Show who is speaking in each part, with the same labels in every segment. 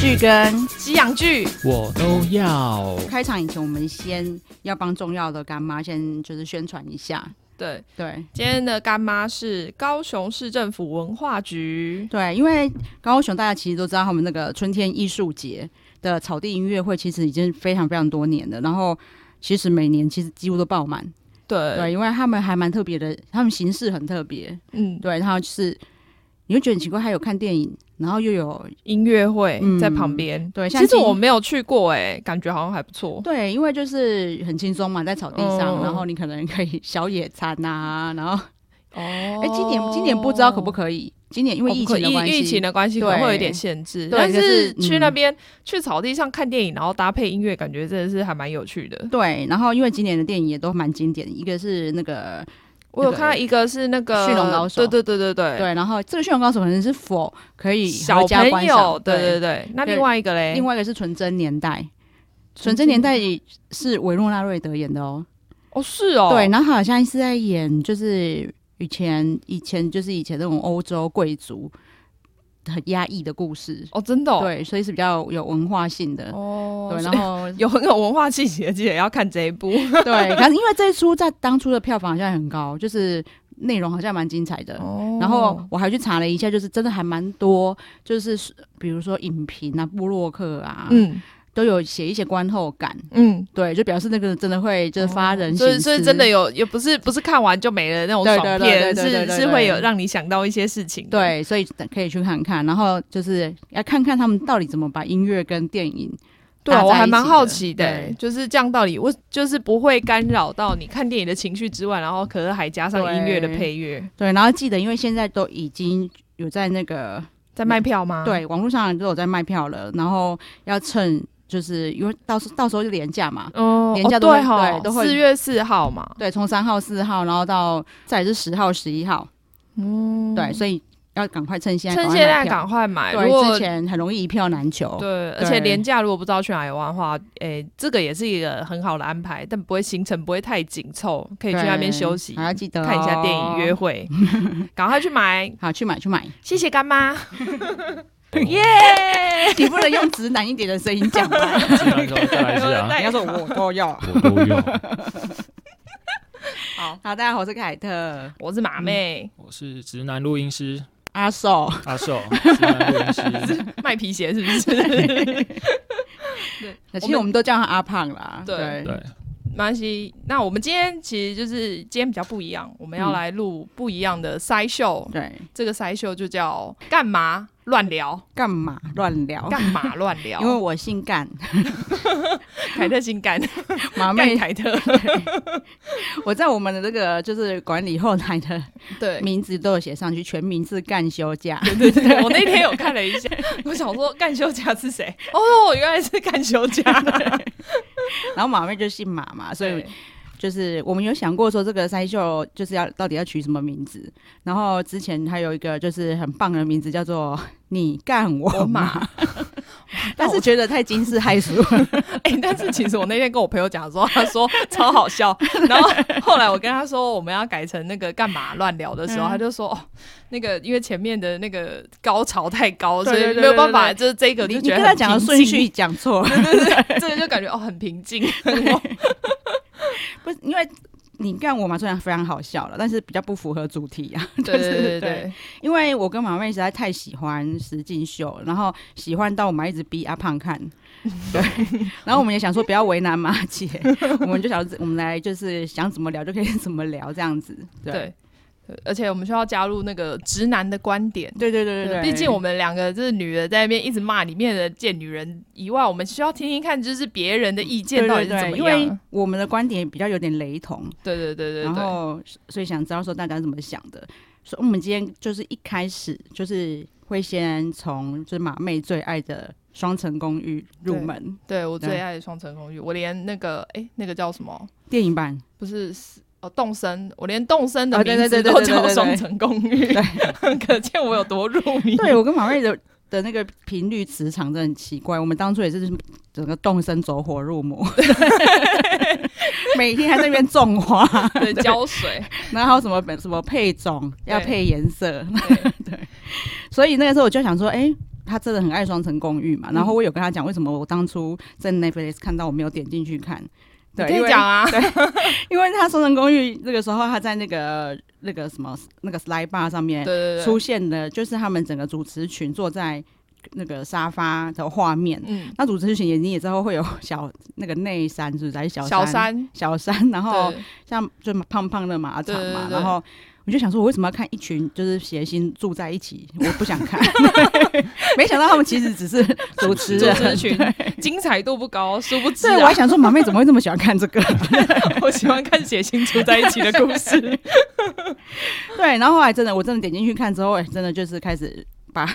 Speaker 1: 剧跟西洋剧。
Speaker 2: 我都要。
Speaker 3: 开场以前，我们先要帮重要的干妈先就是宣传一下，
Speaker 1: 对，
Speaker 3: 对
Speaker 1: 今天的干妈是高雄市政府文化局。
Speaker 3: 对，因为高雄大家其实都知道，他们那个春天艺术节的草地音乐会其实已经非常非常多年了，然后其实每年其实几乎都爆满，
Speaker 1: 对，
Speaker 3: 对，因为他们还蛮特别的，他们形式很特别，
Speaker 1: 嗯，
Speaker 3: 对，然后就是你会觉得很奇怪，还有看电影，然后又有
Speaker 1: 音乐会
Speaker 3: 嗯
Speaker 1: 在旁边、
Speaker 3: 对像
Speaker 1: 其实
Speaker 3: 今
Speaker 1: 我没有去过、哎，感觉好像还不错。
Speaker 3: 对，因为就是很轻松嘛，在草地上，
Speaker 1: 嗯
Speaker 3: 然后你可能可以小野餐啊，然后
Speaker 1: 哦，
Speaker 3: 哎、
Speaker 1: 哎
Speaker 3: 今年今年不知道可不
Speaker 1: 可。
Speaker 3: 可以？今年因
Speaker 1: 因
Speaker 3: 为疫情的关系，
Speaker 1: 疫情的关系可能
Speaker 3: 对
Speaker 1: 会有一点限制，
Speaker 3: 对
Speaker 1: 但
Speaker 3: 可是
Speaker 1: 去
Speaker 3: 嗯
Speaker 1: 那边、去草地上看电影，然后搭配音乐，感觉真的是还蛮有趣的。
Speaker 3: 对，然后因为今年的电影也都蛮经典，一个是那个
Speaker 1: 我有看到一个是那个
Speaker 3: 驯龙高手
Speaker 1: 对对对对
Speaker 3: 对，然后这个《驯龙高手》可能是否可以
Speaker 1: 对，小
Speaker 3: 合家观
Speaker 1: 朋友，
Speaker 3: 赏？
Speaker 1: 对对对。那另外一个嘞，
Speaker 3: 另外一个是《纯真年代》，《纯真年代》是维诺纳瑞德演的哦。
Speaker 1: 哦是哦，
Speaker 3: 对，，然后好像是在演就是以前以前就是以前那种欧洲贵族很压抑的故事。
Speaker 1: 哦真的哦，
Speaker 3: 对，所以是比较有文化性的。
Speaker 1: 哦，
Speaker 3: 对，
Speaker 1: 所
Speaker 3: 然
Speaker 1: 以
Speaker 3: 后
Speaker 1: 有很有文化气息的，记得要看这一部。
Speaker 3: 对，可是因为这一出在当初的票房好像很高，就是内容好像蛮精彩的。
Speaker 1: 哦
Speaker 3: 然后我还去查了一下，就是真的还蛮多，就是比如说影评啊、布洛克啊，
Speaker 1: 嗯
Speaker 3: 都有写一些观后感，
Speaker 1: 嗯，
Speaker 3: 对，就表示那个真的会就是发人
Speaker 1: 哦所以
Speaker 3: 深思
Speaker 1: 所以真的有，也不是不是看完就没了那种
Speaker 3: 对对
Speaker 1: 爽
Speaker 3: 对对对
Speaker 1: 片，
Speaker 3: 对
Speaker 1: 是
Speaker 3: 对
Speaker 1: 是
Speaker 3: 对
Speaker 1: 会有让你想到一些事情。，
Speaker 3: 对，所以可以去看看，然后就是要看看他们到底怎么把音乐跟电影
Speaker 1: 对啊，
Speaker 3: 搭在
Speaker 1: 我还
Speaker 3: 一
Speaker 1: 蛮
Speaker 3: 起
Speaker 1: 好
Speaker 3: 的
Speaker 1: 奇的欸、
Speaker 3: 对
Speaker 1: 就是这样道理，我就是不会干扰到你看电影的情绪之外，然后可是还加上音乐的
Speaker 3: 对
Speaker 1: 配乐，
Speaker 3: 对，然后记得因为现在都已经有在那个
Speaker 1: 在卖票吗？，
Speaker 3: 对，网络上都有在卖票了，然后要趁就是因为到时到时候就廉价嘛，
Speaker 1: 嗯，
Speaker 3: 廉价
Speaker 1: 哦、
Speaker 3: 都会
Speaker 1: 对哈，
Speaker 3: 对都会
Speaker 1: 四月四号嘛，
Speaker 3: 对，从三号、四号，然后到再来是十号、十一号，
Speaker 1: 嗯，
Speaker 3: 对，，所以要赶快趁现在
Speaker 1: 趁
Speaker 3: 赶快
Speaker 1: 现
Speaker 3: 买
Speaker 1: 在
Speaker 3: 票
Speaker 1: 赶快买，如
Speaker 3: 对，之
Speaker 1: 果
Speaker 3: 前很容易一票难求，
Speaker 1: 对，而
Speaker 3: 对
Speaker 1: 且廉价如果不知道去哪里玩的话，诶、这个也是一个很好的安排，但不会行程不会太紧凑，可以
Speaker 3: 对，
Speaker 1: 去那边休息
Speaker 3: 还，要记得、哦
Speaker 1: 看一下电影，约，会，赶快去买，
Speaker 3: 好去买去买，
Speaker 1: 谢谢干妈，耶、
Speaker 3: 你不能用直男一点的声音讲吧，
Speaker 2: 再来一次啊，再来一次啊！
Speaker 3: 你要说 我都要。
Speaker 2: 我都要。
Speaker 1: 好，
Speaker 3: 好，大家好，我是凯特
Speaker 1: 我是马妹，
Speaker 2: 我是直男录音师
Speaker 3: 阿寿，
Speaker 2: 阿寿，直男录音师。
Speaker 1: 卖皮鞋是不是？
Speaker 3: 其实我们都叫他阿胖啦，
Speaker 1: 对
Speaker 2: 对，
Speaker 1: 没关系。那我们今天其实就是今天比较不一样，我们要
Speaker 3: 嗯
Speaker 1: 来录不一样的筛秀。
Speaker 3: 对，
Speaker 1: 这个筛秀就叫干嘛乱聊，
Speaker 3: 干嘛乱聊？
Speaker 1: 干嘛乱聊
Speaker 3: 哦 因。为我姓 干，
Speaker 1: 凯特 性感，
Speaker 3: 马
Speaker 1: 干
Speaker 3: 妹，
Speaker 1: 凯 特，
Speaker 3: 我在我们的这个就是管理后台的
Speaker 1: 对。
Speaker 3: 名字都有写上去，全名是干休假。
Speaker 1: 对对 对，我那天有看了一下， 我想说干休假是谁？哦，原来是干休假。
Speaker 3: 然后马妹就姓马嘛， 所以
Speaker 1: 对
Speaker 3: 就是我们有想过说这个筛秀就是要到底要取什么名字。然后之前还有一个就是很棒的名字叫做“你干我
Speaker 1: 我马
Speaker 3: 马”， 但是觉得太惊世骇俗了。
Speaker 1: 哎、但是其实我那天跟我朋友讲的时候，他说超 好笑，然后后来我跟他说我们要改成那个干嘛乱聊的时候，
Speaker 3: 嗯
Speaker 1: 他就说哦，那个因为前面的那个高潮太高，
Speaker 3: 对
Speaker 1: 所以
Speaker 3: 对对
Speaker 1: 没有办法，
Speaker 3: 对
Speaker 1: 就是这个
Speaker 3: 你
Speaker 1: 就
Speaker 3: 你
Speaker 1: 觉得
Speaker 3: 跟他
Speaker 1: 很
Speaker 3: 讲的
Speaker 1: 平
Speaker 3: 顺
Speaker 1: 静
Speaker 3: 序，讲错，
Speaker 1: 对 对对，这个就感觉哦很平静，
Speaker 3: 不是因为。你干我马虽然非常好笑了，但是比较不符合主题啊。
Speaker 1: 对对
Speaker 3: 就是
Speaker 1: 对对对，
Speaker 3: 因为我跟马妹实在太喜欢石进秀，然后喜欢到我们还一直逼阿胖看，
Speaker 1: 嗯
Speaker 3: 对，然后我们也想说不要为难马姐，我们就想我们来就是想怎么聊就可以 怎么聊这样子，对
Speaker 1: 对而且我们需要加入那个直男的观点。
Speaker 3: 对对对对对，
Speaker 1: 毕竟我们两个就是女的在那边一直骂里面的贱女人以外，我们需要听听看，就是别人的意见
Speaker 3: 对
Speaker 1: 到
Speaker 3: 对
Speaker 1: 底是
Speaker 3: 对，
Speaker 1: 怎么
Speaker 3: 因
Speaker 1: 样。
Speaker 3: 为我们的观点比较有点雷同，
Speaker 1: 对对对对
Speaker 3: 然
Speaker 1: 对，
Speaker 3: 后所以想知道说大家怎么想的，所以我们今天就是一开始就是会先从就是马妹最爱的双层公寓入
Speaker 1: 对
Speaker 3: 门
Speaker 1: 对我最
Speaker 3: 对
Speaker 1: 爱的双层公寓，我连那个哎、那个叫什么？
Speaker 3: 电影版，
Speaker 1: 不是是哦，动森，我连动森的
Speaker 3: 啊对
Speaker 1: 名字
Speaker 3: 对对
Speaker 1: 都
Speaker 3: 对对
Speaker 1: 叫
Speaker 3: 对对
Speaker 1: 双层公寓， 可见我有多入迷。
Speaker 3: 对我跟马瑞的的那个频率磁场真的很奇怪，我们当初也是整个动身走火入 魔，每天还在那边种花，
Speaker 1: 对，浇水，
Speaker 3: 然后还有什么什么配种要
Speaker 1: 对
Speaker 3: 配颜色，
Speaker 1: 对
Speaker 3: 所以那个时候我就想说，哎、他真的很爱《双层公寓》嘛，然
Speaker 1: 嗯
Speaker 3: 后我有跟他讲为什么我当初在 Netflix 看到我没有点进去看，
Speaker 1: 你
Speaker 3: 对，
Speaker 1: 可
Speaker 3: 因
Speaker 1: 以
Speaker 3: 为
Speaker 1: 讲啊，
Speaker 3: 因为他《双层公寓》那个时候他在那个那个什么那个 slide bar 上面
Speaker 1: 对对对
Speaker 3: 出，现的，就是他们整个主持群坐在那个沙发的画面。
Speaker 1: 嗯，
Speaker 3: 那主持群也你也知道会有小那个内山是不是？还是小
Speaker 1: 小
Speaker 3: 山？哦
Speaker 1: 三，
Speaker 3: 小山，然后
Speaker 1: 对
Speaker 3: 像就胖胖的马场
Speaker 1: 对对
Speaker 3: 嘛，
Speaker 1: 对
Speaker 3: 然后我就想说，我为什么要看一群就是谐星住在一起？我不想 看，没想到他们其实只是主持
Speaker 1: 主
Speaker 3: 人。
Speaker 1: 持群精彩度不高，殊不知
Speaker 3: 对，我
Speaker 1: 啊
Speaker 3: 还，想说，马妹怎么会这么喜欢看这个？
Speaker 1: 我喜欢看血腥住在一起的故 事。
Speaker 3: 对，然后后来真的，我真的点进去看之后，哎真的就是开始把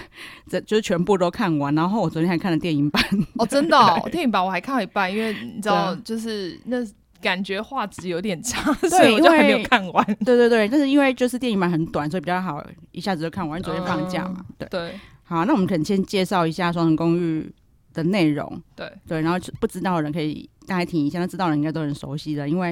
Speaker 3: 这就是全部都看完。然后我昨天还看了电影版，
Speaker 1: 哦，真的哦，电影版我还看了一半，因为你知道，
Speaker 3: 对啊
Speaker 1: 就是那感觉画质有点 差，
Speaker 3: 对
Speaker 1: 所以我就还
Speaker 3: 因
Speaker 1: 没有
Speaker 3: 为
Speaker 1: 看完。
Speaker 3: 对对对，但是因为就是电影版很短，所以比较好一下子就
Speaker 1: 哦
Speaker 3: 看完。昨天放假嘛，对。
Speaker 1: 对
Speaker 3: 好，那我们可能先介绍一下《双人公寓》的内容，
Speaker 1: 对，
Speaker 3: 对，然后不知道的人可以大概听一下，那知道的人应该都很熟悉的，因为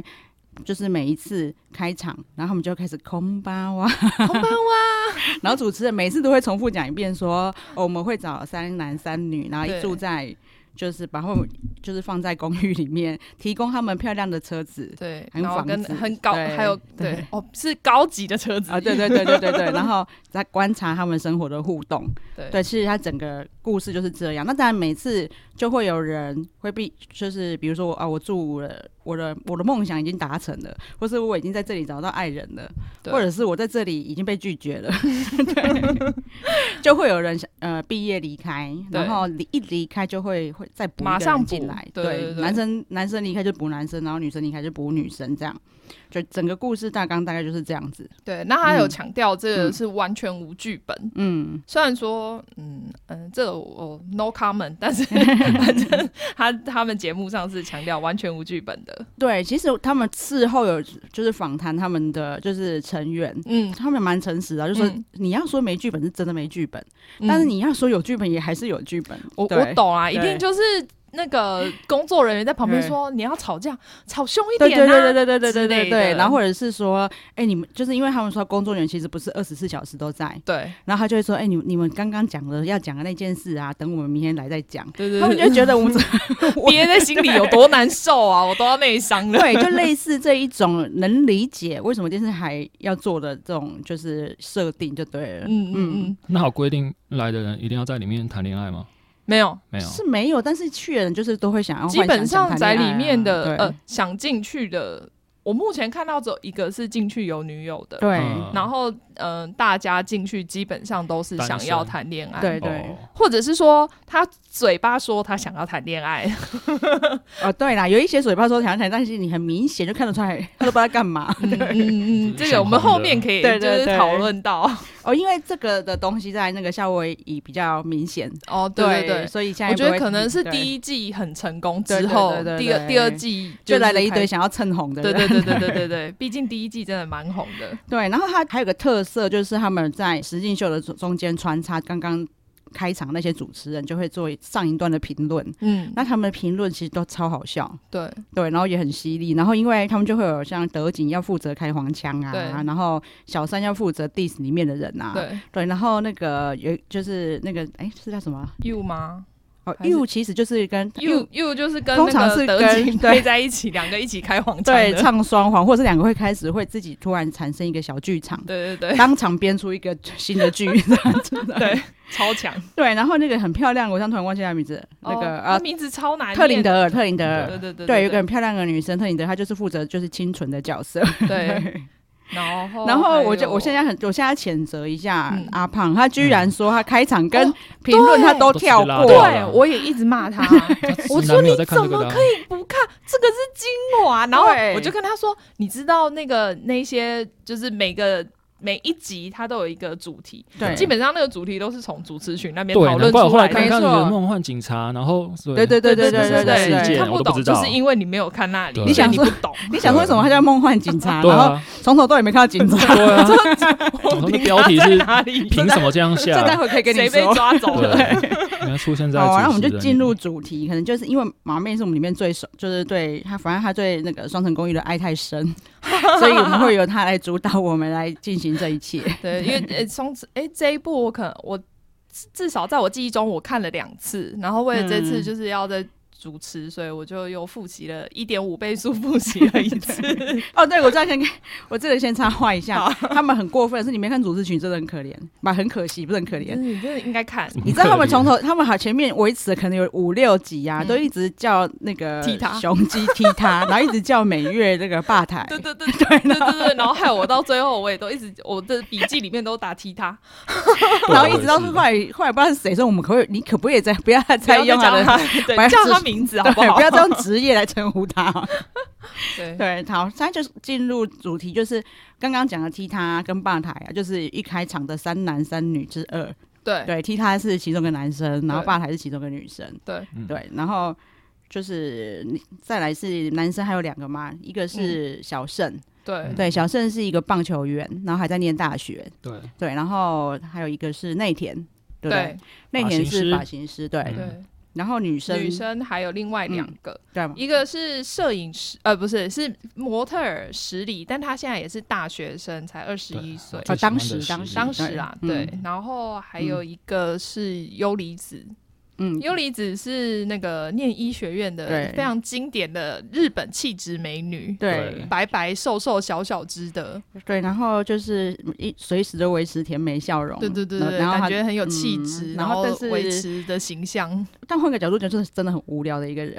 Speaker 3: 就是每一次开场，然后他们就开始空巴哇，
Speaker 1: 空班
Speaker 3: 啊
Speaker 1: 哇，
Speaker 3: 然后主持人每次都会重复讲一遍说，哦、我们会找三男三女，然后
Speaker 1: 对
Speaker 3: 一住在就是把他们就是放在公寓里面，提供他们漂亮的车子。
Speaker 1: 对，
Speaker 3: 还有
Speaker 1: 然后
Speaker 3: 房
Speaker 1: 跟
Speaker 3: 子
Speaker 1: 很高，
Speaker 3: 对
Speaker 1: 还有
Speaker 3: 对
Speaker 1: 对哦，是高级的车子
Speaker 3: 啊，对对对对对对，然后在观察他们生活的互动，
Speaker 1: 对
Speaker 3: 对，其实它整个故事就是这样。那当然，每次就会有人会必，就是比如说我啊，我住了，我的我的梦想已经达成了，或是我已经在这里找到爱人了，
Speaker 1: 对
Speaker 3: 或者是我在这里已经被拒绝了， 对， 就会有人想呃毕业离开，
Speaker 1: 对
Speaker 3: 然后离一离开就会会再补一个
Speaker 1: 马上
Speaker 3: 人
Speaker 1: 补
Speaker 3: 进来，
Speaker 1: 对对对
Speaker 3: 男生男生离开就补男生，然后女生离开就补女生，这样就整个故事大纲大概就是这样子，
Speaker 1: 对，那他有
Speaker 3: 嗯
Speaker 1: 强调这个
Speaker 3: 嗯
Speaker 1: 是完全无剧本，
Speaker 3: 嗯。
Speaker 1: 虽然说，嗯嗯、呃这个我 no comment，但 是他他们节目上是强调完全无剧本的，
Speaker 3: 对，其实他们事后有就是访谈他们的就是成员，
Speaker 1: 嗯，
Speaker 3: 他们蛮诚实的，就说
Speaker 1: 嗯
Speaker 3: 你要说没剧本是真的没剧本，但是
Speaker 1: 嗯
Speaker 3: 你要说有剧本也还是有剧本。
Speaker 1: 我
Speaker 3: 对
Speaker 1: 我懂啊，一
Speaker 3: 对
Speaker 1: 定就是那个工作人员在旁边
Speaker 3: 对
Speaker 1: 说你要吵架，吵凶一
Speaker 3: 对
Speaker 1: 点
Speaker 3: 对
Speaker 1: 啊，
Speaker 3: 对对对对对
Speaker 1: 之类
Speaker 3: 对对，
Speaker 1: 的
Speaker 3: 然后或者是说，哎，你们就是因为他们说工作人员其实不是二十四小时都在，
Speaker 1: 对
Speaker 3: 然后他就会说，哎，你你们刚刚讲的要讲的那件事啊，等我们明天来再 讲。
Speaker 1: 对对，
Speaker 3: 他们就觉得我们我
Speaker 1: 憋在心里有多难受啊，我都要内伤了。
Speaker 3: 对，就类似这一种能理解为什么电视台要做的这种就是设定就对了。
Speaker 1: 嗯嗯嗯，
Speaker 2: 那好，规定来的人一定要在里面谈恋爱吗？
Speaker 1: 没有，
Speaker 2: 没有，
Speaker 3: 是没有，但是去的人就是都会想要幻
Speaker 1: 基
Speaker 3: 想
Speaker 1: 本上
Speaker 3: 想
Speaker 1: 在
Speaker 3: 谈恋爱
Speaker 1: 里
Speaker 3: 啊
Speaker 1: 面的
Speaker 3: 对
Speaker 1: 呃想进去的，我目前看到只有一个是进去有女友的，
Speaker 3: 对、
Speaker 2: 嗯
Speaker 1: 然后，嗯、大家进去基本上都是想要谈恋爱，
Speaker 3: 对对
Speaker 2: 哦
Speaker 1: 或者是说他嘴巴说他想要谈恋爱，
Speaker 3: 哦对啦，有一些嘴巴说想谈，但是你很明显就看得出来 他都不知道干嘛
Speaker 1: 嗯嗯嗯，这个我们
Speaker 2: 想红的
Speaker 1: 后面可以
Speaker 3: 对
Speaker 1: 就
Speaker 3: 对
Speaker 1: 是
Speaker 3: 对
Speaker 1: 讨论到。
Speaker 3: 哦，因为这个的东西在那个夏威夷比较明显，
Speaker 1: 哦，对对对，
Speaker 3: 所以现在
Speaker 1: 我觉得
Speaker 3: 不会
Speaker 1: 可能是
Speaker 3: 对
Speaker 1: 第一季很成功
Speaker 3: 对
Speaker 1: 之
Speaker 3: 对
Speaker 1: 后
Speaker 3: 对，对
Speaker 1: 第二
Speaker 3: 对
Speaker 1: 第二季
Speaker 3: 就是来了一
Speaker 1: 开
Speaker 3: 堆。想要蹭红的
Speaker 1: 对
Speaker 3: 人，
Speaker 1: 对对对对对对，毕竟第一季真的蛮红的。
Speaker 3: 对，然后它还有个特色就是他们在实境秀的中中间穿插刚刚。开场那些主持人就会做上一段的评论，
Speaker 1: 嗯，
Speaker 3: 那他们的评论其实都超好笑，
Speaker 1: 对
Speaker 3: 对，然后也很犀利，然后因为他们就会有像德景要负责开黄腔啊
Speaker 1: 对，
Speaker 3: 然后小三要负责 diss 里面的人啊，
Speaker 1: 对
Speaker 3: 对然后那个有就是那个哎是叫什么？
Speaker 1: ，You 吗
Speaker 3: 哦
Speaker 1: 还是
Speaker 3: ，you 其实就是跟
Speaker 1: ？You You 就是跟
Speaker 3: 通
Speaker 1: 那
Speaker 3: 常
Speaker 1: 个
Speaker 3: 是
Speaker 1: 德
Speaker 3: 跟
Speaker 1: 景
Speaker 3: 对
Speaker 1: 配在一起，两个一起开黄腔
Speaker 3: 对
Speaker 1: 的
Speaker 3: 唱双簧，或者是两个会开始会自己突然产生一个小剧场，
Speaker 1: 对对对
Speaker 3: 当场编出一个新的剧，真的
Speaker 1: 对， 超强。
Speaker 3: 对，然后那个很漂亮，我刚突然忘记她名字，那个
Speaker 1: 哦
Speaker 3: 啊
Speaker 1: 他名字超难念，
Speaker 3: 特林德尔，特林德尔
Speaker 1: 对，对对
Speaker 3: 对，有一个很漂亮的女生特林德尔，她就是负责就是清纯的角色，
Speaker 1: 对， 然后
Speaker 3: 然后我就
Speaker 1: 哦还有
Speaker 3: 我现在很，我现在谴责一下
Speaker 1: 嗯
Speaker 3: 阿胖，他居然说他开场跟
Speaker 1: 哦
Speaker 3: 评论他都
Speaker 2: 对
Speaker 3: 跳
Speaker 2: 都
Speaker 3: 过
Speaker 2: 是，
Speaker 1: 对我也一直骂 他，我
Speaker 2: 直
Speaker 1: 说
Speaker 2: 男没
Speaker 1: 你
Speaker 2: 有在看
Speaker 1: 怎
Speaker 2: 这个
Speaker 1: 么
Speaker 2: 的啊
Speaker 1: 可以不看？这个是精华。然后
Speaker 3: 对
Speaker 1: 我就跟他说，你知道那个那些就是每个。每一集它都有一个主题，
Speaker 3: 对
Speaker 1: 基本上那个主题都是从主持群那边
Speaker 2: 对，
Speaker 1: 讨
Speaker 2: 难
Speaker 1: 论
Speaker 2: 怪我
Speaker 1: 出
Speaker 2: 后
Speaker 1: 来
Speaker 2: 来
Speaker 1: 的
Speaker 2: 看。看
Speaker 3: 没
Speaker 2: 人
Speaker 3: 错
Speaker 2: 梦幻警察，然后
Speaker 3: 对对对对
Speaker 2: 对
Speaker 3: 对对
Speaker 2: 对对
Speaker 1: 你
Speaker 2: 对
Speaker 1: 看
Speaker 2: 我都不
Speaker 1: 懂，
Speaker 2: 知道
Speaker 1: 就是因为你没有看那里，
Speaker 2: 对
Speaker 1: 所以你
Speaker 3: 你想
Speaker 1: 不懂。
Speaker 3: 你想说为什么他叫梦幻警察，
Speaker 2: 对
Speaker 3: 然后
Speaker 2: 啊，
Speaker 3: 从头到尾没看到 警察，
Speaker 2: 对啊，
Speaker 1: 我
Speaker 2: 那
Speaker 1: 不知
Speaker 2: 标
Speaker 1: 道
Speaker 2: 题
Speaker 1: 在
Speaker 2: 是
Speaker 1: 哪里？
Speaker 2: 凭什么这 样
Speaker 3: 这待
Speaker 2: 下？
Speaker 3: 会可以跟你
Speaker 1: 谁被
Speaker 3: 说。
Speaker 1: 抓走了？
Speaker 2: 对，你要出啊现在
Speaker 3: 好、啊，
Speaker 2: 主
Speaker 3: 那我们
Speaker 2: 持
Speaker 3: 就
Speaker 2: 人
Speaker 3: 进入主题，可能就是因为马妹是我们里面最熟，就是对她，反正她对那个双层公寓的爱太深， 所以我们会由她来主导我们来进行这一切。
Speaker 1: 对，因为呃，从此哎这一部我可能我至至少在我记忆中，我看了两次，然后为了这次
Speaker 3: 嗯
Speaker 1: 就是要在主持，所以我就又复习了一点五倍速复习了一次。
Speaker 3: 哦，对，我知道，先跟我这里先插话一下，他们很过分，是你没看组织群，真的很可怜，蛮很可惜，不是很可怜。
Speaker 1: 你真的应该看，
Speaker 3: 你知道他们从头，他们好前面维持了可能有五六集啊，
Speaker 1: 嗯
Speaker 3: 都一直叫那个
Speaker 1: 踢他
Speaker 3: 雄鸡踢他，然后一直叫美月那个吧台，
Speaker 1: 对对对对对对对，然后害我到最后我也都一直我的笔记里面都打踢他，
Speaker 2: 对啊
Speaker 3: 然后一直到
Speaker 2: 我也
Speaker 3: 后
Speaker 2: 是
Speaker 3: 来后来不知道是谁说我们可不可以，你可不可以再不要 再
Speaker 1: 不要
Speaker 3: 用他
Speaker 1: 讲
Speaker 3: 的
Speaker 1: 他，
Speaker 3: 白
Speaker 1: 对，
Speaker 3: 痴
Speaker 1: 叫他名字好不
Speaker 3: 对，
Speaker 1: 好？
Speaker 3: 不要再用职业来称呼他。
Speaker 1: 对
Speaker 3: 对，好，现在就是进入主题，就是刚刚讲的踢他跟吧台啊，就是一开场的三男三女之二。
Speaker 1: 对
Speaker 3: 对，踢他是其中一个男生，然后
Speaker 1: 对
Speaker 3: 吧台是其中一个女生。
Speaker 1: 对
Speaker 2: 嗯
Speaker 3: 对，然后就是你再来是男生还有两个嘛，一个是
Speaker 1: 嗯
Speaker 3: 小盛，
Speaker 2: 嗯
Speaker 1: 对
Speaker 3: 对，小盛是一个棒球员，然后还在念大学。
Speaker 2: 对，
Speaker 3: 对，然后还有一个是内田，对不对
Speaker 1: 对？
Speaker 3: 内田是
Speaker 2: 发型师
Speaker 3: 发型师，对。
Speaker 2: 嗯
Speaker 1: 对，
Speaker 3: 然后女生嗯
Speaker 1: 女生还有另外两个，
Speaker 3: 对啊吗？
Speaker 1: 一个是摄影师，呃，不是，是模特儿十里，但他现在也是大学生，才二十一岁。
Speaker 3: 啊
Speaker 2: 最喜欢
Speaker 3: 当
Speaker 2: 的
Speaker 3: 时
Speaker 2: 是
Speaker 3: 当时
Speaker 1: 当时啦，
Speaker 3: 对
Speaker 1: 对
Speaker 3: 嗯，
Speaker 1: 然后还有一个是优离子，
Speaker 3: 嗯，
Speaker 1: 优离子是那个念医学院的
Speaker 3: 对
Speaker 1: 非常经典的日本气质美女，
Speaker 3: 对
Speaker 1: 白白瘦瘦小小只的，
Speaker 3: 对，然后就是一随时都维持甜美笑容，
Speaker 1: 对对对
Speaker 3: 然
Speaker 1: 对，
Speaker 3: 然后
Speaker 1: 感
Speaker 3: 她
Speaker 1: 觉很有气质，
Speaker 3: 嗯
Speaker 1: 然
Speaker 3: 然后
Speaker 1: 后
Speaker 3: 但是
Speaker 1: 维持的形象。
Speaker 3: 但换个角度讲，就是真的很无聊的一个人。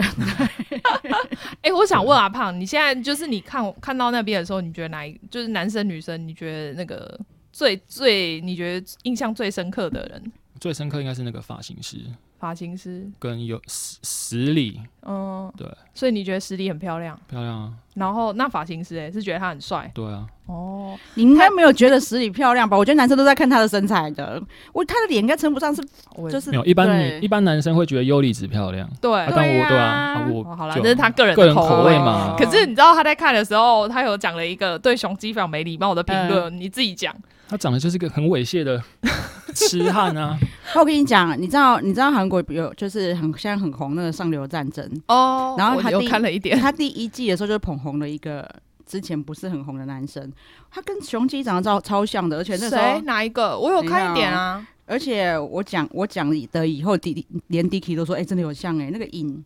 Speaker 1: 哎，我想问阿胖，你现在就是你看看到那边的时候，你觉得哪一就是男生女生？你觉得那个最最你觉得印象最深刻的人，
Speaker 2: 最深刻应该是那个发型师
Speaker 1: 发型师？
Speaker 2: 跟有十十里
Speaker 1: 嗯，
Speaker 2: 对，
Speaker 1: 所以你觉得实力很漂亮，
Speaker 2: 漂亮啊，
Speaker 1: 然后那发型师哎、是觉得他很帅
Speaker 2: 对啊，
Speaker 1: 哦，
Speaker 3: 你应该没有觉得十里漂亮吧？我觉得男生都在看她的身材的，我她的脸应该称不上是，
Speaker 1: 我
Speaker 3: 就是
Speaker 2: 没有一般
Speaker 3: 对
Speaker 2: 女一般男生会觉得优里子漂亮，
Speaker 1: 对。
Speaker 2: 啊，但我对啊，
Speaker 3: 啊
Speaker 2: 啊我
Speaker 1: 哦好了，
Speaker 2: 就
Speaker 1: 这是他个人
Speaker 2: 个
Speaker 1: 的
Speaker 2: 人口
Speaker 1: 味啊
Speaker 2: 味嘛，
Speaker 1: 可是你知道他在看的时候，他有讲了一个对雄鸡非常没礼貌的评论，你自己讲。
Speaker 2: 他长得就是个很猥亵的 痴汉啊，
Speaker 3: 那我跟你讲，你知道你知道韩国有就是很现在很红那个上流战 争，
Speaker 1: 哦
Speaker 3: 然后
Speaker 1: 我
Speaker 3: 他
Speaker 1: 有
Speaker 3: 第一
Speaker 1: 看了一点，
Speaker 3: 他第一季的时候就是捧红了一个之前不是很红的男生，他跟雄鸡长得超超像的，而且那时
Speaker 1: 谁
Speaker 3: 候，
Speaker 1: 哪一个？我有看一点啊，
Speaker 3: 而且我讲我讲的以后，迪连 Dicky 都说，哎、真的有像哎、那个影，